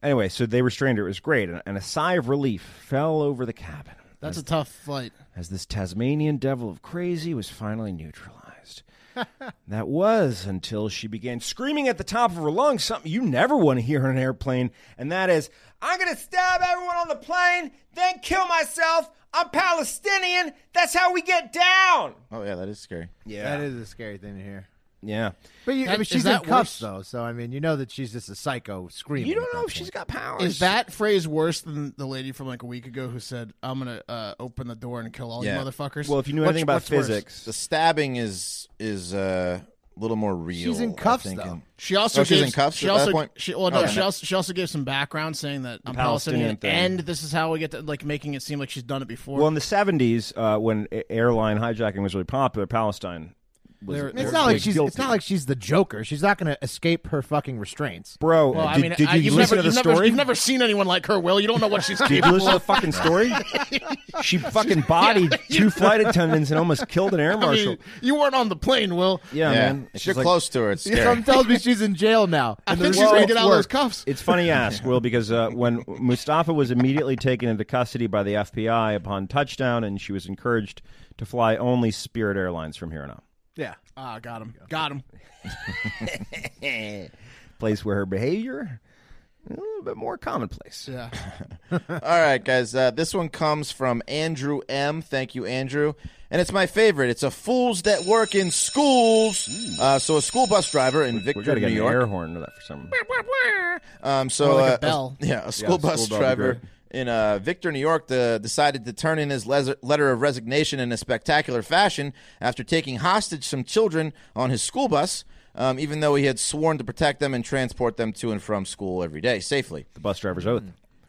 Speaker 2: Anyway, so they restrained her. It was great, and, and a sigh of relief fell over the cabin
Speaker 3: That's a tough flight.
Speaker 2: as this Tasmanian devil of crazy was finally neutralized. that was until she began screaming at the top of her lungs something you never want to hear on an airplane, and that is, I'm going to stab everyone on the plane, then kill myself. I'm Palestinian. That's how we get down.
Speaker 4: Oh yeah, that is scary.
Speaker 2: Yeah.
Speaker 1: That is a scary thing to hear.
Speaker 2: Yeah.
Speaker 1: But you, I
Speaker 3: That-
Speaker 1: mean,
Speaker 3: is
Speaker 1: she's in
Speaker 3: that
Speaker 1: cuffs
Speaker 3: worse?
Speaker 1: though, so I mean, you know that she's just a psycho screaming.
Speaker 2: You
Speaker 1: at
Speaker 2: don't know
Speaker 1: that
Speaker 2: if she's
Speaker 1: point.
Speaker 2: got powers.
Speaker 3: Is that phrase worse than the lady from like a week ago who said, "I'm gonna uh, open the door and kill all
Speaker 4: Yeah.
Speaker 3: you motherfuckers"?
Speaker 2: Well, if you knew
Speaker 3: What's-
Speaker 2: anything about
Speaker 3: what's worse?
Speaker 2: physics.
Speaker 4: The stabbing is is uh, a little more real.
Speaker 1: She's in
Speaker 4: I
Speaker 1: cuffs,
Speaker 4: think,
Speaker 1: though.
Speaker 4: in-
Speaker 3: She also
Speaker 4: Oh, she's
Speaker 3: gave-
Speaker 4: in cuffs
Speaker 3: She
Speaker 4: at
Speaker 3: also
Speaker 4: that point?
Speaker 3: She, well, no,
Speaker 4: Okay.
Speaker 3: she also she also gave some background saying that I'm
Speaker 2: Palestinian
Speaker 3: Palestinian,
Speaker 2: thing.
Speaker 3: and this is how we get to like making it seem like she's done it before.
Speaker 2: Well, in the 70s, uh, when a- airline hijacking was really popular, Palestine was.
Speaker 3: They're-
Speaker 2: was
Speaker 1: I mean, it's not like she's.
Speaker 2: guilty.
Speaker 1: It's not like she's the Joker. She's not going to escape her fucking restraints.
Speaker 2: Bro,
Speaker 3: Well, I
Speaker 2: did,
Speaker 3: mean,
Speaker 2: did you
Speaker 3: I, you've
Speaker 2: listen
Speaker 3: never,
Speaker 2: to the
Speaker 3: you've
Speaker 2: story?
Speaker 3: Never, you've never seen anyone like her, Will. You don't know what she's
Speaker 2: Did you
Speaker 3: capable
Speaker 2: listen to
Speaker 3: of.
Speaker 2: the fucking story? she fucking bodied two flight attendants and almost killed an air
Speaker 3: I
Speaker 2: marshal.
Speaker 3: mean, you weren't on the plane, Will.
Speaker 2: yeah,
Speaker 4: Yeah,
Speaker 2: man.
Speaker 4: if
Speaker 2: She's
Speaker 4: you're
Speaker 2: like-
Speaker 4: close to her, it's scary.
Speaker 1: Some tells me she's in jail now.
Speaker 3: I
Speaker 1: And
Speaker 3: think
Speaker 1: the
Speaker 3: she's gonna
Speaker 1: results
Speaker 3: get out of those
Speaker 1: work.
Speaker 3: cuffs.
Speaker 2: It's funny you ask, Will, because uh, when Mustafa was immediately taken into custody by the FBI upon touchdown, and she was encouraged to fly only Spirit Airlines from here on out.
Speaker 1: Yeah.
Speaker 3: Ah, got him. Got him. Eh.
Speaker 2: Place where her behavior a little bit more commonplace.
Speaker 3: Yeah.
Speaker 4: All right, guys. Uh, this one comes from Andrew M. Thank you, Andrew. And it's my favorite. It's a fools that work in schools. Uh, so a school bus driver in
Speaker 2: We
Speaker 4: Victor,
Speaker 2: gotta
Speaker 4: New
Speaker 2: get an
Speaker 4: York.
Speaker 2: air horn to that for some.
Speaker 4: Um, so
Speaker 3: like a
Speaker 4: uh,
Speaker 3: bell.
Speaker 4: yeah, a school
Speaker 2: a
Speaker 4: bus
Speaker 2: school bell would be
Speaker 4: driver
Speaker 2: great.
Speaker 4: in uh, Victor, New York, the, decided to turn in his les- letter of resignation in a spectacular fashion after taking hostage some children on his school bus. Um, even though he had sworn to protect them and transport them to and from school every day safely.
Speaker 2: The bus driver's oath.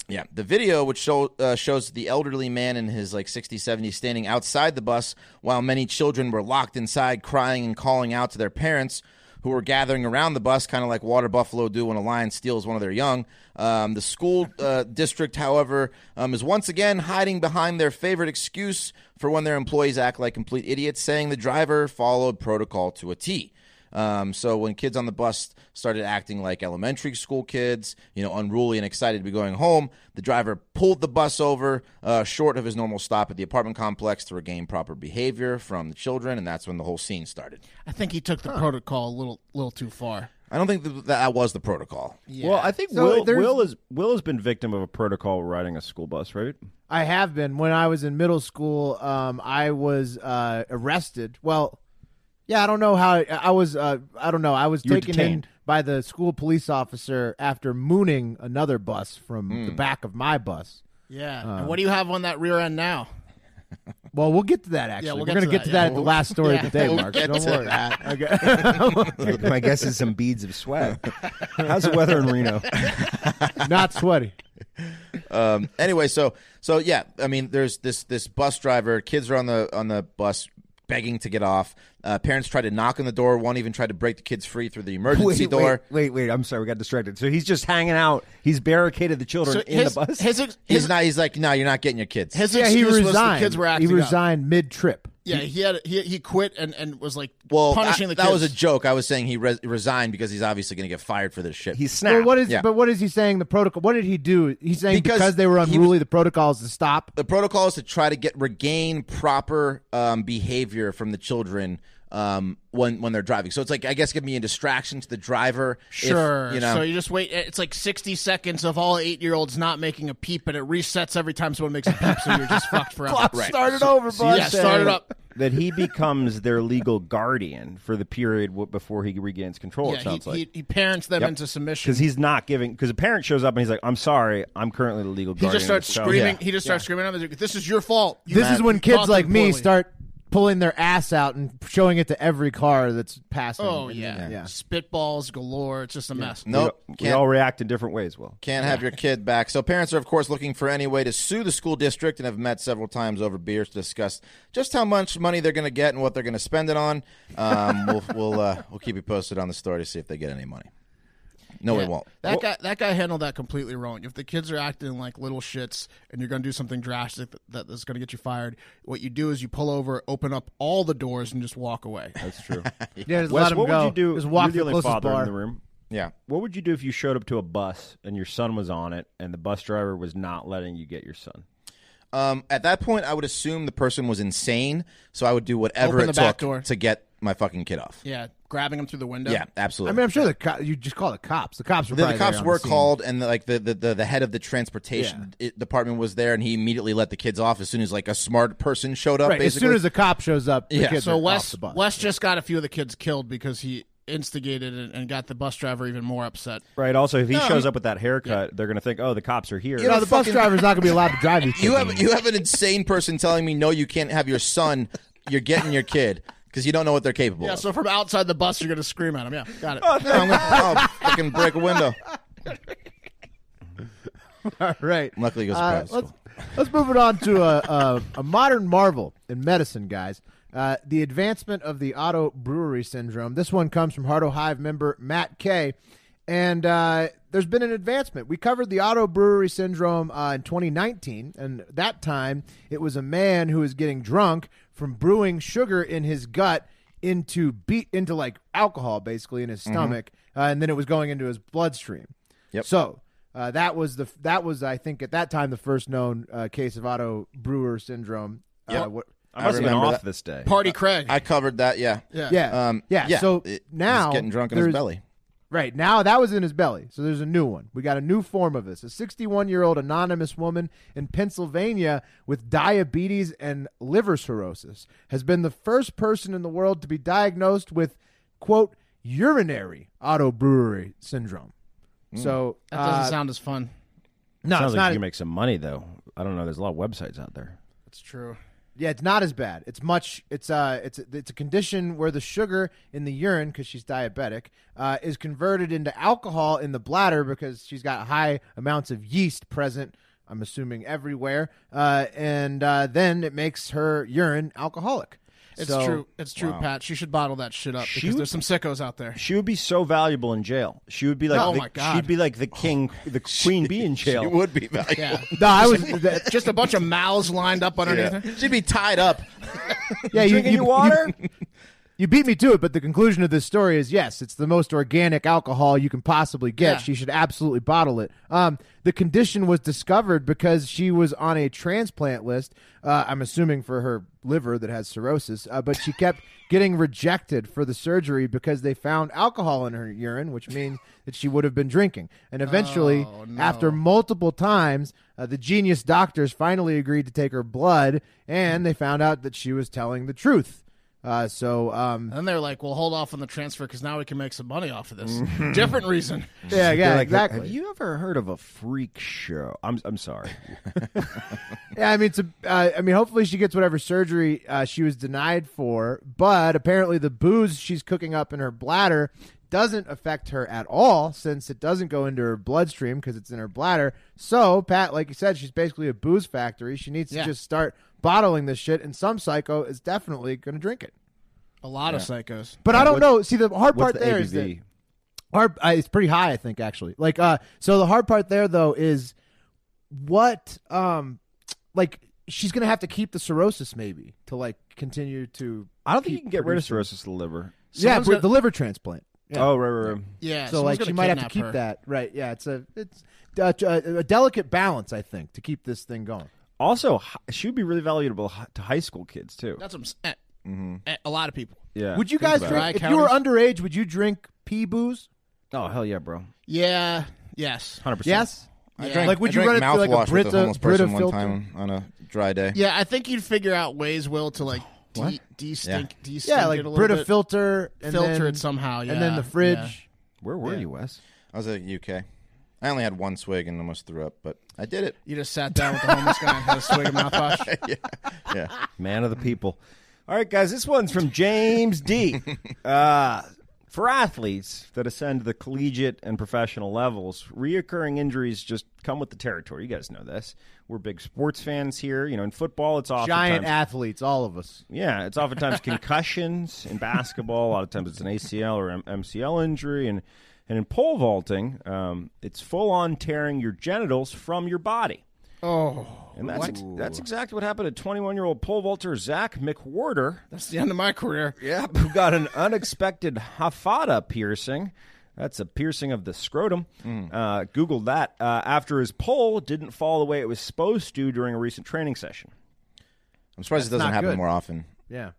Speaker 4: Yeah, the video which show, uh, shows the elderly man in his like 60s, 70s standing outside the bus while many children were locked inside crying and calling out to their parents who were gathering around the bus, kind of like water buffalo do when a lion steals one of their young. Um, the school uh, district, however, um, is once again hiding behind their favorite excuse for when their employees act like complete idiots, saying the driver followed protocol to a T. Um, so when kids on the bus started acting like elementary school kids, you know, unruly and excited to be going home, the driver pulled the bus over uh, short of his normal stop at the apartment complex to regain proper behavior from the children, and that's when the whole scene started.
Speaker 3: I think he took the protocol a little little too far.
Speaker 4: I don't think that that was the protocol.
Speaker 2: Well, I think
Speaker 1: So
Speaker 2: Will
Speaker 1: there's-
Speaker 2: Will is Will has been victim of a protocol riding a school bus, right?
Speaker 1: I have been. When I was in middle school, um, I was uh, arrested. Well, yeah, I don't know how. I was. Uh, I don't know. I was
Speaker 2: You were
Speaker 1: taken in
Speaker 2: detained.
Speaker 1: by the school police officer after mooning another bus from the back of my bus.
Speaker 3: Yeah. and what do you have on that rear end now?
Speaker 1: Well, we'll get to that. Actually,
Speaker 3: we'll
Speaker 1: we're
Speaker 3: get
Speaker 1: gonna
Speaker 3: to
Speaker 1: get
Speaker 3: that,
Speaker 1: to
Speaker 3: yeah.
Speaker 1: that at the last story of the day,
Speaker 4: We'll
Speaker 1: Mark.
Speaker 4: get
Speaker 1: Don't
Speaker 4: to
Speaker 1: worry.
Speaker 4: that.
Speaker 1: Okay.
Speaker 2: My guess is some beads of sweat. How's the weather in Reno?
Speaker 1: Not sweaty.
Speaker 4: Um, anyway, so so yeah, I mean, there's this this bus driver. Kids are on the on the bus begging to get off. Uh, parents try to knock on the door. One even tried to break the kids free through the emergency
Speaker 2: Wait,
Speaker 4: door.
Speaker 2: wait, wait, wait. I'm sorry, we got distracted. So he's just hanging out. He's barricaded the children in
Speaker 3: his,
Speaker 2: the bus.
Speaker 3: His, his,
Speaker 4: He's not. He's like, no, you're not getting your kids.
Speaker 3: his
Speaker 1: Yeah, he
Speaker 3: excuse was
Speaker 1: resigned.
Speaker 3: the kids were acting
Speaker 1: he
Speaker 3: up.
Speaker 1: resigned mid-trip.
Speaker 3: Yeah, he had he, he quit and, and was like
Speaker 4: well,
Speaker 3: punishing
Speaker 4: I-
Speaker 3: the
Speaker 4: that
Speaker 3: kids.
Speaker 4: was a joke. I was saying he res- resigned because he's obviously going to get fired for this shit.
Speaker 2: He's snapped.
Speaker 1: Well, what is?
Speaker 4: Yeah.
Speaker 1: But what is he saying? The protocol. What did he do? He's saying because,
Speaker 4: Because
Speaker 1: they were
Speaker 4: he was-
Speaker 1: unruly, the protocol is to stop.
Speaker 4: the protocol is to try to get regain proper um, behavior from the children um, when when they're driving. So it's like I guess give me a distraction to the driver. if,
Speaker 3: Sure.
Speaker 4: you know.
Speaker 3: So you just wait. It's like 60 seconds of all eight year olds not making a peep, and it resets every time someone makes a peep, so you're just fucked forever.
Speaker 1: Start it over,
Speaker 2: So you're
Speaker 3: Yeah,
Speaker 2: saying
Speaker 3: start it up.
Speaker 2: That he becomes their legal guardian for the period w- before he regains control. it
Speaker 3: Yeah,
Speaker 2: sounds
Speaker 3: he,
Speaker 2: like
Speaker 3: he, he parents them into submission.
Speaker 2: because he's not giving because a parent shows up and he's like i'm sorry i'm currently the legal
Speaker 3: he
Speaker 2: guardian
Speaker 3: just starts
Speaker 2: of the child."
Speaker 3: screaming. He just starts screaming. at them, like, This is your fault. You
Speaker 1: This is
Speaker 3: you
Speaker 1: when kids
Speaker 3: talked
Speaker 1: like me
Speaker 3: poorly."
Speaker 1: start pulling their ass out and showing it to every car that's passing.
Speaker 2: Mm-hmm.
Speaker 3: Oh
Speaker 1: And-
Speaker 3: yeah.
Speaker 1: yeah.
Speaker 3: spitballs galore. It's just a mess.
Speaker 4: Nope,
Speaker 2: we,
Speaker 4: "Oh, can't
Speaker 2: all react in different ways will
Speaker 4: Can't have your kid back. So parents are, of course, looking for any way to sue the school district and have met several times over beers to discuss just how much money they're going to get and what they're going to spend it on. Um, we'll we'll, uh, we'll keep you posted on the story to see if they get any money. No, we
Speaker 3: Yeah.
Speaker 4: won't.
Speaker 3: That guy, that guy handled that completely wrong. If the kids are acting like little shits, and you're going to do something drastic that, that is going to get you fired, what you do is you pull over, open up all the doors, and just walk away.
Speaker 2: that's true
Speaker 1: Yeah, just
Speaker 2: Wes,
Speaker 1: let him
Speaker 2: what
Speaker 1: go.
Speaker 2: would you do
Speaker 1: Just
Speaker 2: you're
Speaker 1: walk to
Speaker 2: the
Speaker 1: the
Speaker 2: only
Speaker 1: closest
Speaker 2: father
Speaker 1: bar.
Speaker 2: in the room
Speaker 4: Yeah.
Speaker 2: what would you do if you showed up to a bus and your son was on it and the bus driver was not letting you get your son
Speaker 4: Um, at that point, I would assume the person was insane, so I would do whatever
Speaker 3: Open
Speaker 4: it
Speaker 3: the back
Speaker 4: took
Speaker 3: door.
Speaker 4: to get my fucking kid off.
Speaker 3: Yeah, grabbing them through the window.
Speaker 4: Yeah, absolutely.
Speaker 1: I mean, I'm sure the co- you just call the cops. The cops were
Speaker 4: the, the
Speaker 1: probably there
Speaker 4: cops
Speaker 1: on
Speaker 4: were
Speaker 1: the scene.
Speaker 4: called and like the, the, the, the head of the transportation i- department was there and he immediately let the kids off as soon as like a smart person showed up
Speaker 1: Right, as
Speaker 4: basically
Speaker 1: soon as the cop shows up, the
Speaker 4: Yeah.
Speaker 1: kids
Speaker 3: So
Speaker 1: are off
Speaker 3: Wes,
Speaker 1: the bus.
Speaker 3: Wes just got a few of the kids killed because he instigated and, and got the bus driver even more upset.
Speaker 2: right also if he shows up with that haircut they're gonna think oh the cops are here
Speaker 1: no, the bus
Speaker 4: fucking-
Speaker 1: driver's not going to be allowed to drive these
Speaker 4: you
Speaker 1: kids
Speaker 4: have
Speaker 1: anymore.
Speaker 4: you have an insane person telling me no you can't have your son you're getting your kid because you don't know what they're capable
Speaker 3: Yeah.
Speaker 4: of
Speaker 3: So from outside the bus, you're going to scream at him. Yeah, got it.
Speaker 4: No, I'm gonna, I'll fucking break a window
Speaker 1: right.
Speaker 4: luckily he goes to
Speaker 1: Uh,
Speaker 4: private
Speaker 1: let's,
Speaker 4: school
Speaker 1: let's move it on to a, a, a modern marvel in medicine, guys. Uh, the advancement of the auto brewery syndrome. This one comes from Heart Hive member Matt Kay. And uh, there's been an advancement. We covered the auto brewery syndrome uh, in 2019, and that time it was a man who was getting drunk from brewing sugar in his gut into beat into like alcohol, basically in his stomach, uh, and then it was going into his bloodstream.
Speaker 4: Yep.
Speaker 1: So uh, that was the that was I think at that time the first known uh, case of Otto Brewer syndrome. Uh, what,
Speaker 2: i must have been
Speaker 4: remember
Speaker 2: off
Speaker 4: that.
Speaker 2: this day
Speaker 3: Party Craig.
Speaker 4: I covered that yeah
Speaker 1: yeah,
Speaker 4: um,
Speaker 1: yeah, So
Speaker 4: it- he's
Speaker 1: now
Speaker 4: getting drunk in his
Speaker 1: there's-
Speaker 4: belly
Speaker 1: Right now, that was in his belly. So there's a new one. We got a new form of this. A 61 year old anonymous woman in Pennsylvania with diabetes and liver cirrhosis has been the first person in the world to be diagnosed with quote urinary auto brewery syndrome.
Speaker 4: Hmm.
Speaker 1: So
Speaker 3: that doesn't
Speaker 1: uh,
Speaker 3: sound as fun.
Speaker 1: no,
Speaker 2: sounds
Speaker 1: it's
Speaker 2: like
Speaker 1: not
Speaker 2: you can make some money though i don't know there's a lot of websites out there
Speaker 3: It's true.
Speaker 1: Yeah, it's not as bad. It's much. It's uh, it's it's a condition where the sugar in the urine, because she's diabetic, uh, is converted into alcohol in the bladder because she's got high amounts of yeast present. I'm assuming everywhere, uh, and uh, then it makes her urine alcoholic.
Speaker 3: It's
Speaker 1: So-
Speaker 3: true. It's true, Pat. She should bottle that shit up because
Speaker 2: would-
Speaker 3: there's some sickos out there.
Speaker 2: she would be so valuable in jail. She would be like,
Speaker 3: Oh
Speaker 2: the,
Speaker 3: my God.
Speaker 2: she'd be like the king, the queen bee in jail.
Speaker 4: it would be valuable
Speaker 3: Yeah.
Speaker 1: No, I was. that-
Speaker 3: Just a bunch of mouths lined up underneath
Speaker 4: Yeah.
Speaker 3: her.
Speaker 4: she'd be tied up
Speaker 1: yeah, you,
Speaker 2: Drinking
Speaker 1: you,
Speaker 2: your water?
Speaker 1: You, you beat me to it, but the conclusion of this story is yes, it's the most organic alcohol you can possibly get.
Speaker 3: Yeah.
Speaker 1: She should absolutely bottle it. Um, the condition was discovered because she was on a transplant list. Uh, I'm assuming for her liver that has cirrhosis, uh, but she kept getting rejected for the surgery because they found alcohol in her urine, which means that she would have been drinking. And eventually, after multiple times, uh, the genius doctors finally agreed to take her blood, and they found out that she was telling the truth. Uh, so um,
Speaker 3: And they're like, "Well, hold off on the transfer because now we can make some money off of this."
Speaker 1: Mm-hmm.
Speaker 3: Different reason.
Speaker 1: yeah, yeah,
Speaker 2: They're like,
Speaker 1: exactly.
Speaker 2: Have you ever heard of a freak show? I'm I'm sorry.
Speaker 1: Yeah, I mean, it's a, uh, I mean, hopefully she gets whatever surgery uh, she was denied for, but apparently the booze she's cooking up in her bladder doesn't affect her at all since it doesn't go into her bloodstream because it's in her bladder. So, Pat, like you said, she's basically a booze factory. She needs
Speaker 3: Yeah.
Speaker 1: to just start bottling this shit, and some psycho is definitely going to drink it.
Speaker 3: A lot of psychos.
Speaker 1: But I don't know. See, the hard part
Speaker 2: What's the
Speaker 1: there is that
Speaker 2: ABV?
Speaker 1: hard uh, it's pretty high i think actually like uh so the hard part there though is what um like she's gonna have to keep the cirrhosis maybe to like continue to
Speaker 2: I don't think you
Speaker 1: keep
Speaker 2: can get rid of
Speaker 1: producing.
Speaker 2: cirrhosis of the liver.
Speaker 1: yeah
Speaker 3: Someone's
Speaker 1: but
Speaker 3: gonna-
Speaker 1: the liver transplant yeah.
Speaker 2: Oh, right, right, right.
Speaker 3: Yeah.
Speaker 1: so like she
Speaker 3: you
Speaker 1: might have to keep that right yeah it's a it's uh, t- uh, a delicate balance i think to keep this thing going
Speaker 2: Also, hi- she would be really valuable hi- to high school kids too.
Speaker 3: That's what I'm
Speaker 1: Mm-hmm.
Speaker 3: saying. Eh, A lot of people.
Speaker 2: yeah.
Speaker 1: would you
Speaker 2: Think
Speaker 1: guys
Speaker 2: about
Speaker 1: drink
Speaker 3: Dry
Speaker 1: if you were underage would you drink pee booze
Speaker 2: it. Oh hell yeah, bro.
Speaker 3: Yeah. Yes.
Speaker 2: Hundred percent.
Speaker 1: yes
Speaker 3: Yeah.
Speaker 4: drank-
Speaker 1: Like, would
Speaker 4: I
Speaker 1: you
Speaker 4: drank
Speaker 1: run it through, like, a
Speaker 4: mouthwash with
Speaker 1: Brita-
Speaker 4: a homeless
Speaker 1: Brita
Speaker 4: person one
Speaker 1: filter?
Speaker 4: time on a dry day.
Speaker 3: Yeah, I think you'd figure out ways, Will, to like de, de- stink, de- stink
Speaker 1: yeah
Speaker 3: it
Speaker 1: like
Speaker 3: a little
Speaker 1: brita
Speaker 3: bit.
Speaker 1: filter and
Speaker 3: Filter
Speaker 1: then-
Speaker 3: it somehow,
Speaker 1: and then
Speaker 3: yeah,
Speaker 1: the fridge
Speaker 3: yeah.
Speaker 2: Where were you, Wes?
Speaker 4: I was at UK. I only had one swig and almost threw up, but I did it.
Speaker 3: You just sat down with the homeless guy and had a swig of mouthwash.
Speaker 2: Man of the people. All right, guys, this one's from James D. Uh, for athletes that ascend the collegiate and professional levels, reoccurring injuries just come with the territory. You guys know this. We're big sports fans here. You know, in football, it's oftentimes
Speaker 1: giant athletes all of us
Speaker 2: Yeah, it's oftentimes concussions in basketball. A lot of times it's an ACL or M- MCL injury, and and in pole vaulting, um, it's full on tearing your genitals from your body. Oh, and that's ex- that's exactly what happened to 21 year old pole vaulter Zach McWhorter,
Speaker 3: That's the end of my career.
Speaker 2: Yep. Who got an unexpected hafada piercing. That's a piercing of the scrotum.
Speaker 3: Hmm.
Speaker 2: Uh, Googled that. Uh, after his pole didn't fall the way it was supposed to during a recent training session.
Speaker 4: I'm surprised it doesn't
Speaker 1: not
Speaker 4: happen
Speaker 1: good.
Speaker 4: more often.
Speaker 1: yeah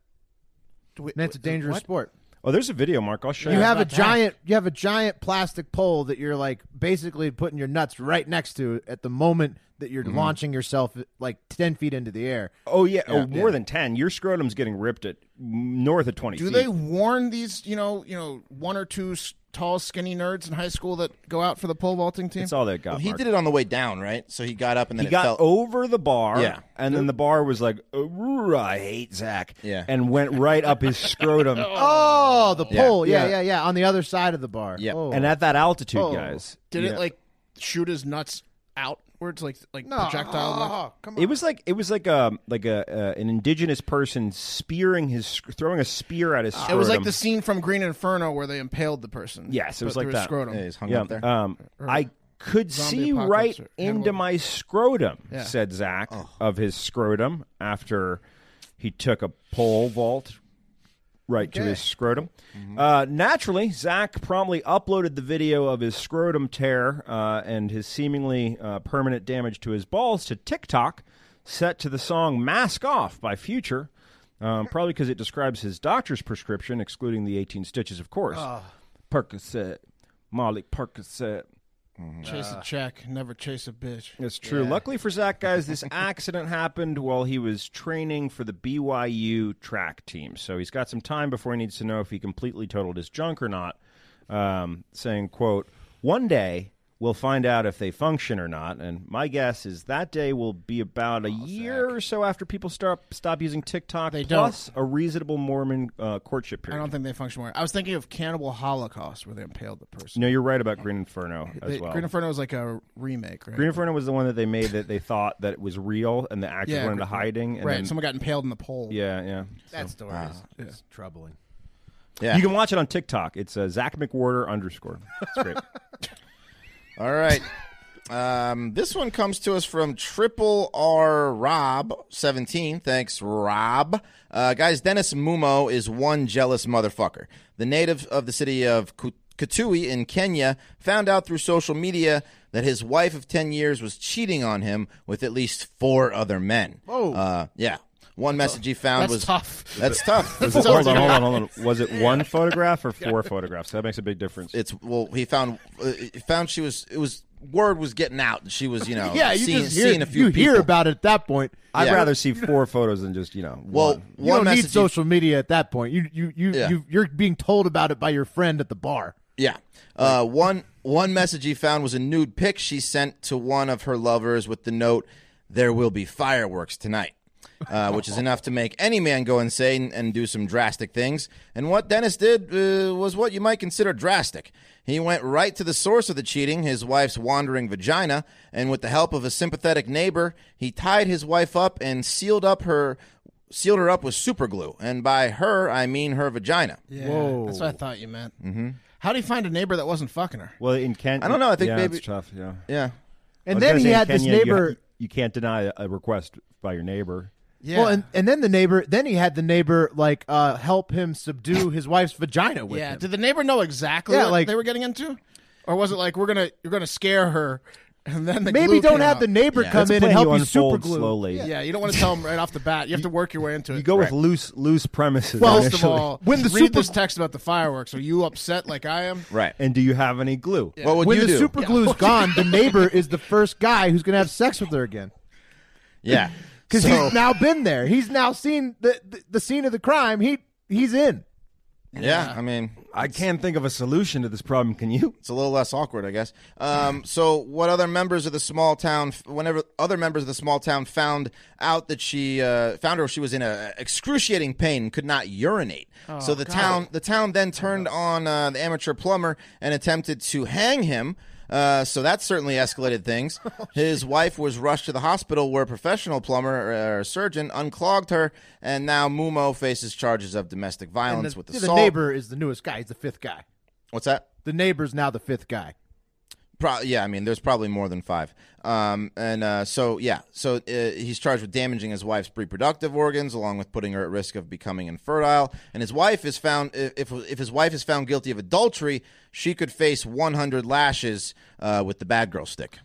Speaker 1: and it's a dangerous sport
Speaker 2: Oh, there's a video, Mark. I'll show you.
Speaker 1: you have a
Speaker 3: about that.
Speaker 1: giant you have a giant plastic pole that you're like basically putting your nuts right next to at the moment that you're
Speaker 2: Mm-hmm.
Speaker 1: launching yourself like 10 feet into the air
Speaker 2: Oh yeah, oh, more than ten. Your scrotum's getting ripped at north of twenty.
Speaker 3: Do
Speaker 2: feet.
Speaker 3: they warn these, you know, you know, one or two s- tall, skinny nerds in high school that go out for the pole vaulting team?
Speaker 2: That's all they got.
Speaker 4: Well, he
Speaker 2: Mark.
Speaker 4: did it on the way down, right? So he got up and then
Speaker 2: He
Speaker 4: it
Speaker 2: got
Speaker 4: fell.
Speaker 2: over the bar,
Speaker 4: Yeah.
Speaker 2: and then the bar was like, "Ooh, "I hate Zach,"
Speaker 4: Yeah.
Speaker 2: and went right up his scrotum.
Speaker 1: oh the
Speaker 4: Yeah.
Speaker 1: pole yeah. yeah
Speaker 2: Yeah.
Speaker 1: yeah on the other side of the bar
Speaker 4: Yeah.
Speaker 1: oh.
Speaker 2: And at that altitude,
Speaker 1: Oh.
Speaker 2: guys,
Speaker 3: Did
Speaker 2: you
Speaker 3: it
Speaker 2: know,
Speaker 3: like shoot his nuts outwards, like like projectile? nuts?
Speaker 2: It was like it was like a like a uh, an indigenous person spearing his sc- throwing a spear at his.
Speaker 3: It
Speaker 2: Scrotum.
Speaker 3: was like the scene from Green Inferno where they impaled the person.
Speaker 2: Yes, it was
Speaker 3: but
Speaker 2: like
Speaker 3: through his
Speaker 2: that.
Speaker 3: Scrotum.
Speaker 4: Yeah, he's hung
Speaker 2: Yeah,
Speaker 4: up there.
Speaker 2: um, I could
Speaker 3: zombie
Speaker 2: see
Speaker 3: apocalypse Oh.
Speaker 2: right
Speaker 3: or
Speaker 2: into
Speaker 3: Hannibal.
Speaker 2: my scrotum," said Zach of his scrotum after he took a pole vault right to his scrotum.
Speaker 3: Mm-hmm.
Speaker 2: Uh, naturally, Zach promptly uploaded the video of his scrotum tear uh, and his seemingly uh, permanent damage to his balls to TikTok, set to the song "Mask Off" by Future. Um, probably because it describes his doctor's prescription, excluding the 18 stitches, of course.
Speaker 3: Ah.
Speaker 2: Percocet, Molly Percocet.
Speaker 3: Chase a check, never chase a bitch.
Speaker 2: It's true. Luckily for Zach, guys, this accident happened while he was training for the BYU track team. So he's got some time before he needs to know if he completely totaled his junk or not. Um, saying, "quote One day we'll find out if they function or not, and my guess is that day will be about a year or so after people stop stop using TikTok.
Speaker 3: Oh, They
Speaker 2: plus a reasonable Mormon uh, courtship
Speaker 3: I
Speaker 2: period.
Speaker 3: don't think they function well. I was thinking of Cannibal Holocaust where they impaled the person.
Speaker 2: no, you're right about Green Inferno as
Speaker 3: They-
Speaker 2: well.
Speaker 3: Green Inferno was like a remake, right?
Speaker 2: Green Inferno was the one that they made that they thought that it was real, and the actors
Speaker 3: Yeah,
Speaker 2: went into
Speaker 3: Green-
Speaker 2: hiding. And
Speaker 3: right,
Speaker 2: then-
Speaker 3: someone got impaled in the pole.
Speaker 2: Yeah, yeah.
Speaker 1: that story is, is troubling
Speaker 4: Yeah.
Speaker 2: You can watch it on TikTok. It's uh, Zach McWhorter underscore. It's great.
Speaker 4: All right. Um, this one comes to us from Triple R Rob seventeen. Thanks, Rob. Uh, guys, Dennis Mumo is one jealous motherfucker. The native of the city of Ku- Kitui in Kenya found out through social media that his wife of ten years was cheating on him with at least four other men. Oh, uh, yeah. One message he found
Speaker 3: That's
Speaker 4: was
Speaker 3: tough.
Speaker 4: That's tough.
Speaker 2: hold on, hold on, hold on. Was it one photograph or four photographs? That makes a big difference.
Speaker 4: it's well he found uh, he found she was it was word was getting out. and She was, you know,
Speaker 1: yeah, you
Speaker 4: seeing,
Speaker 1: just hear,
Speaker 4: seeing a few
Speaker 1: you
Speaker 4: people.
Speaker 1: hear about it at that point.
Speaker 2: I'd
Speaker 4: Yeah.
Speaker 2: rather see four photos than just you know.
Speaker 4: well,
Speaker 2: one.
Speaker 1: You don't
Speaker 4: one
Speaker 1: need
Speaker 4: message you-
Speaker 1: social media at that point. You you you,
Speaker 4: Yeah.
Speaker 1: you you're being told about it by your friend at the bar.
Speaker 4: Yeah. Uh, one one message he found was a nude pic she sent to one of her lovers with the note, "There will be fireworks tonight," uh, which is enough to make any man go insane and do some drastic things. And what Dennis did uh, was what you might consider drastic. He went right to the source of the cheating, his wife's wandering vagina, and with the help of a sympathetic neighbor, he tied his wife up and sealed up her sealed her up with super glue. And by her, I mean her vagina.
Speaker 3: Yeah, That's what I thought you meant. Mm-hmm. How do you find a neighbor that wasn't fucking her?
Speaker 2: well, in Kent,
Speaker 4: I don't know, I think
Speaker 2: yeah,
Speaker 4: maybe-
Speaker 2: it's tough. Yeah,
Speaker 4: Yeah.
Speaker 2: I was
Speaker 1: And then
Speaker 2: gonna
Speaker 1: he
Speaker 2: say in
Speaker 1: had this
Speaker 2: Kenya, you ha-
Speaker 1: neighbor.
Speaker 2: You, can't deny a request by your neighbor.
Speaker 3: Yeah.
Speaker 1: Well, and, and then the neighbor. Then he had the neighbor like uh, help him subdue his wife's vagina with
Speaker 3: yeah.
Speaker 1: him.
Speaker 3: Did the neighbor know exactly
Speaker 1: Yeah,
Speaker 3: what
Speaker 1: like-
Speaker 3: they were getting into, or was it like we're gonna you're gonna scare her, and then the
Speaker 1: Maybe
Speaker 3: glue
Speaker 1: don't
Speaker 3: came
Speaker 1: have
Speaker 3: out?
Speaker 1: the neighbor come
Speaker 2: That's
Speaker 1: in and
Speaker 2: when
Speaker 1: help
Speaker 2: you
Speaker 1: you super
Speaker 2: unfold
Speaker 1: glue.
Speaker 2: slowly.
Speaker 3: Yeah, you don't want to tell them right off the bat. You have to work your way into it.
Speaker 2: You go with loose loose premises.
Speaker 3: First of
Speaker 2: initially.
Speaker 3: all,
Speaker 1: When
Speaker 3: when
Speaker 1: the
Speaker 3: the read
Speaker 1: Super-
Speaker 3: this text about the fireworks. Are you upset like I am?
Speaker 4: Right.
Speaker 2: and do you have any glue?
Speaker 4: What would
Speaker 1: When
Speaker 4: you
Speaker 1: the
Speaker 4: do?
Speaker 1: super glue's gone, the neighbor is the first guy who's going to have sex with her again.
Speaker 4: Yeah.
Speaker 1: because
Speaker 4: So-
Speaker 1: he's now been there. He's now seen the, the the scene of the crime. He he's in.
Speaker 4: yeah, I mean,
Speaker 2: I can't think of a solution to this problem. Can you?
Speaker 4: it's a little less awkward, I guess. Um, so, what other members of the small town, whenever other members of the small town found out that she uh, found her, she was in a excruciating pain, and could not urinate.
Speaker 1: Oh,
Speaker 4: so the town, the town then turned on uh, the amateur plumber and attempted to hang him. Uh, so that certainly escalated things.
Speaker 1: Oh,
Speaker 4: His wife was rushed to the hospital where a professional plumber uh, or surgeon unclogged her, and now Mumo faces charges of domestic
Speaker 1: And
Speaker 4: violence
Speaker 1: the,
Speaker 4: with
Speaker 1: the
Speaker 4: assault.
Speaker 1: neighbor is the newest guy. He's the fifth guy.
Speaker 4: What's that?
Speaker 1: The neighbor's now the fifth guy.
Speaker 4: Pro- yeah, I mean, there's probably more than five. Um, and uh, so, yeah, so uh, he's charged with damaging his wife's reproductive organs, along with putting her at risk of becoming infertile. And his wife is found if if- if his wife is found guilty of adultery, she could face 100 lashes uh, with the bad girl stick.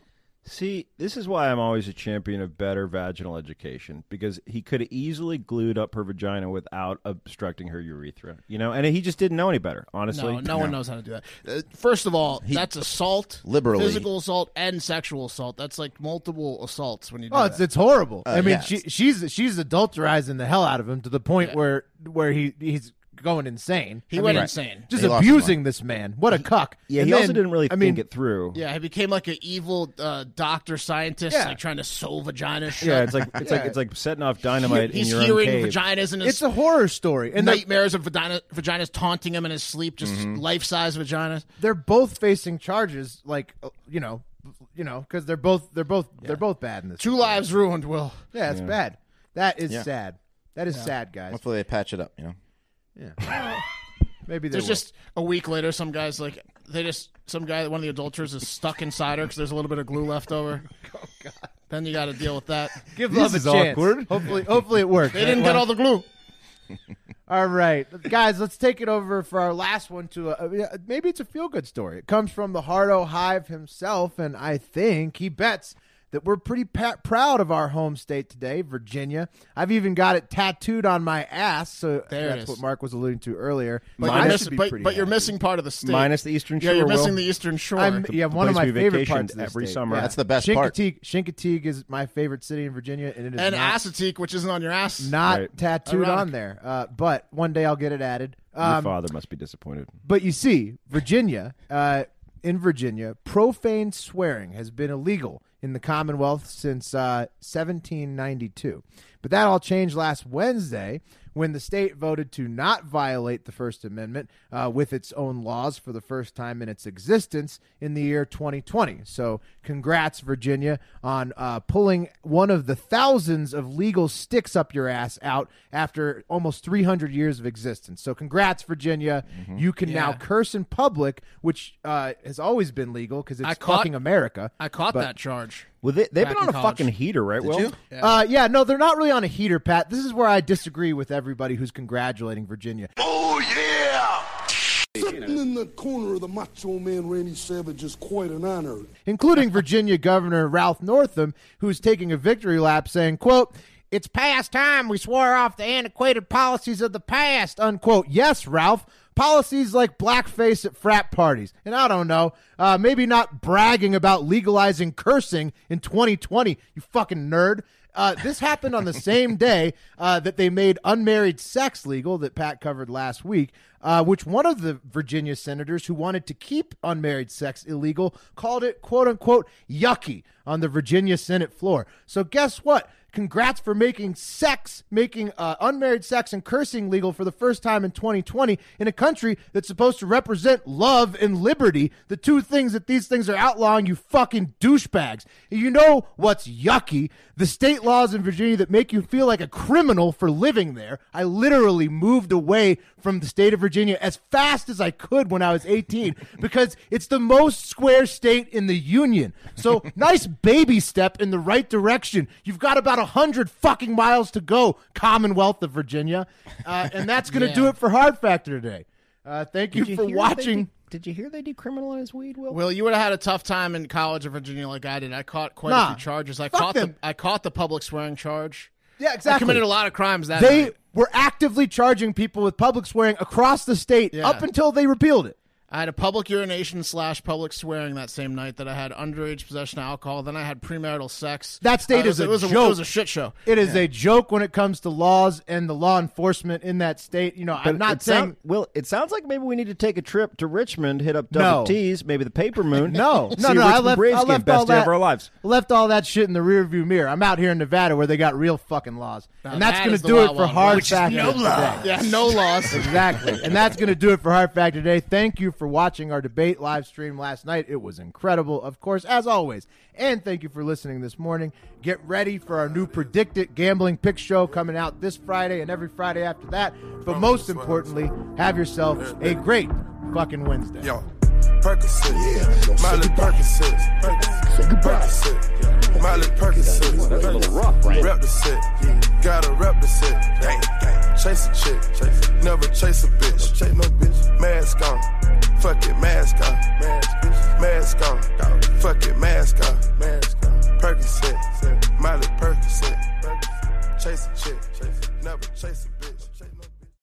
Speaker 2: See, this is why I'm always a champion of better vaginal education because he could have easily glued up her vagina without obstructing her urethra. You know, and he just didn't know any better. Honestly,
Speaker 3: No, no, one knows how to do that. Uh, first of all, that's assault,
Speaker 4: Liberally.
Speaker 3: physical assault, and sexual assault. That's like multiple assaults when you do
Speaker 1: Oh,
Speaker 3: that.
Speaker 1: it's it's horrible. I mean,
Speaker 4: yeah.
Speaker 1: she she's she's adulterizing the hell out of him to the point where where he he's going insane.
Speaker 3: He
Speaker 1: I
Speaker 3: went
Speaker 1: mean,
Speaker 3: insane.
Speaker 1: Just
Speaker 4: He lost
Speaker 1: abusing this man. What a cuck.
Speaker 2: Yeah,
Speaker 1: And
Speaker 2: he also
Speaker 1: then-
Speaker 2: didn't really
Speaker 1: I mean,
Speaker 2: think it through.
Speaker 3: yeah, he became like an evil uh, doctor scientist,
Speaker 1: Yeah.
Speaker 3: like trying to sew vaginas. shut.
Speaker 2: Yeah, it's like it's like it's like setting off dynamite
Speaker 3: he's
Speaker 2: in your
Speaker 3: hearing
Speaker 2: own cave.
Speaker 3: vaginas in his
Speaker 1: It's a horror story, and they're,
Speaker 3: nightmares of vagina, vaginas taunting him in his sleep, just life size vaginas.
Speaker 1: they're both facing charges. Like uh, you know, you know, because they're both they're both they're both bad in this.
Speaker 3: Two lives ruined, Will.
Speaker 1: Yeah, it's bad. That is sad. That is sad, guys.
Speaker 4: Hopefully, they patch it up. You know,
Speaker 1: Maybe
Speaker 3: There's just a week later, some guys like they just some guy, one of the adulterers, is stuck inside her because there's a little bit of glue left over. oh God! Then you got to deal with that.
Speaker 1: give
Speaker 2: love a chance.
Speaker 1: Hopefully, hopefully it works.
Speaker 3: They didn't get all the glue.
Speaker 1: All right, guys, let's take it over for our last one. To a, uh, maybe it's a feel good story. It comes from the Hardo Hive himself, and I think he bets that we're pretty pa- proud of our home state today, Virginia. I've even got it tattooed on my ass, so
Speaker 3: There it
Speaker 1: that's
Speaker 3: is.
Speaker 1: what Mark was alluding to earlier.
Speaker 3: But,
Speaker 1: I
Speaker 3: you're,
Speaker 1: should
Speaker 3: miss-
Speaker 1: be
Speaker 3: but,
Speaker 1: pretty
Speaker 3: but you're
Speaker 1: happy.
Speaker 3: missing part of the state.
Speaker 2: Minus the Eastern
Speaker 3: yeah, you're
Speaker 2: Shore,
Speaker 3: missing
Speaker 2: Will.
Speaker 3: the Eastern Shore.
Speaker 1: I'm,
Speaker 2: the-
Speaker 1: yeah,
Speaker 2: the
Speaker 1: one of
Speaker 2: place
Speaker 1: my
Speaker 2: we vacationed
Speaker 1: favorite parts of this
Speaker 2: every
Speaker 1: state.
Speaker 2: summer.
Speaker 1: Yeah.
Speaker 4: That's the best part.
Speaker 1: Chincoteague, Chincoteague is my favorite city in Virginia, and it is
Speaker 3: and
Speaker 1: not,
Speaker 3: Assateague, which isn't on your ass.
Speaker 1: not
Speaker 2: Right.
Speaker 1: tattooed
Speaker 3: Ironic.
Speaker 1: on there. Uh, but one day I'll get it added.
Speaker 2: Your
Speaker 1: Um,
Speaker 2: father must be disappointed.
Speaker 1: but you see, Virginia, uh, in Virginia, profane swearing has been illegal in the Commonwealth since uh, 1792. But that all changed last Wednesday when the state voted to not violate the First Amendment uh, with its own laws for the first time in its existence in the year 2020. So, congrats, Virginia, on uh, pulling one of the thousands of legal sticks up your ass out after almost 300 years of existence. So, congrats, Virginia. You can now curse in public, which uh, has always been legal because it's
Speaker 3: I caught-
Speaker 1: fucking America.
Speaker 3: I caught
Speaker 1: But-
Speaker 3: that charge.
Speaker 2: Well, they, they've
Speaker 3: Back
Speaker 2: been on
Speaker 3: in
Speaker 2: a
Speaker 3: college.
Speaker 2: fucking heater, right? Did Will?
Speaker 4: you?
Speaker 1: Uh, yeah, no, they're not really on a heater, Pat. This is where I disagree with everybody who's congratulating Virginia.
Speaker 6: Oh, yeah!
Speaker 7: Sitting in the corner of the macho man Randy Savage is quite an honor.
Speaker 1: including Virginia Governor Ralph Northam, who's taking a victory lap saying, quote, it's past time we swore off the antiquated policies of the past, unquote. Yes, Ralph, Policies like blackface at frat parties, and I don't know, uh, maybe not bragging about legalizing cursing in 2020, you fucking nerd. Uh, this happened on the same day uh, that they made unmarried sex legal that Pat covered last week, uh, which one of the Virginia senators who wanted to keep unmarried sex illegal called it quote unquote yucky on the Virginia Senate floor. So, guess what? Congrats for making sex, making uh, unmarried sex and cursing legal for the first time in 2020 in a country that's supposed to represent love and liberty, the two things that these things are outlawing, you fucking douchebags. You know what's yucky? The state laws in Virginia that make you feel like a criminal for living there. I literally moved away from the state of Virginia as fast as I could when I was 18 because it's the most square state in the union. So nice baby step in the right direction. You've got about 100 fucking miles to go, Commonwealth of Virginia. Uh, and that's going to do it for Hard Factor today. Uh, thank you, for watching.
Speaker 2: did you hear they decriminalize weed, Will?
Speaker 3: Will, you would have had a tough time in college in Virginia like I did. I caught quite
Speaker 1: Nah.
Speaker 3: a few charges. I
Speaker 1: Fuck
Speaker 3: caught
Speaker 1: them.
Speaker 3: the I caught the public swearing charge.
Speaker 1: Yeah,
Speaker 3: I
Speaker 1: exactly.
Speaker 3: committed a lot of crimes that
Speaker 1: they
Speaker 3: night.
Speaker 1: were actively charging people with public swearing across the state
Speaker 3: Yeah.
Speaker 1: up until they repealed it.
Speaker 3: I had a public urination slash public swearing that same night that I had underage possession of alcohol. Then I had premarital sex.
Speaker 1: That state
Speaker 3: Uh, it
Speaker 1: is
Speaker 3: was-
Speaker 1: a
Speaker 3: it was a,
Speaker 1: joke.
Speaker 3: It was a shit show.
Speaker 1: It is a joke when it comes to laws and the law enforcement in that state. You know, I'm not
Speaker 2: it sound-
Speaker 1: saying
Speaker 2: Will, it sounds like maybe we need to take a trip to Richmond, hit up
Speaker 1: No.
Speaker 2: Double T's, maybe the Paper Moon.
Speaker 1: no,
Speaker 2: see
Speaker 1: Oh, no, no.
Speaker 2: Richmond
Speaker 1: I left,
Speaker 2: Braves
Speaker 1: I
Speaker 2: game,
Speaker 1: left
Speaker 2: best
Speaker 1: all
Speaker 2: day
Speaker 1: that
Speaker 2: of our lives.
Speaker 1: Left all that shit in the rearview mirror. I'm out here in Nevada where they got real fucking laws, and that's
Speaker 3: that
Speaker 1: going
Speaker 3: is
Speaker 1: to
Speaker 3: the
Speaker 1: do
Speaker 3: wild
Speaker 1: it for
Speaker 3: wild
Speaker 1: hard
Speaker 3: west.
Speaker 1: factor.
Speaker 3: No
Speaker 1: today.
Speaker 3: Yeah, no laws.
Speaker 1: exactly. And that's going to do it for Heart Factor today. Thank you for watching our debate live stream last night. It was incredible, of course, as always. And thank you for listening this morning. Get ready for our new Predict It Gambling Pick Show coming out this Friday and every Friday after that.
Speaker 3: Oh,
Speaker 1: But most importantly, have yourself a great fucking Wednesday.
Speaker 7: Yo, Percocet, yeah. Miley Percocet, Percocet, Miley Percocet. That's a little rough, right? Rep the set, gotta rep the set. Gang, gang. Chase a chick, never chase a bitch. Chase no bitch. Mask on, fuck it, mask on.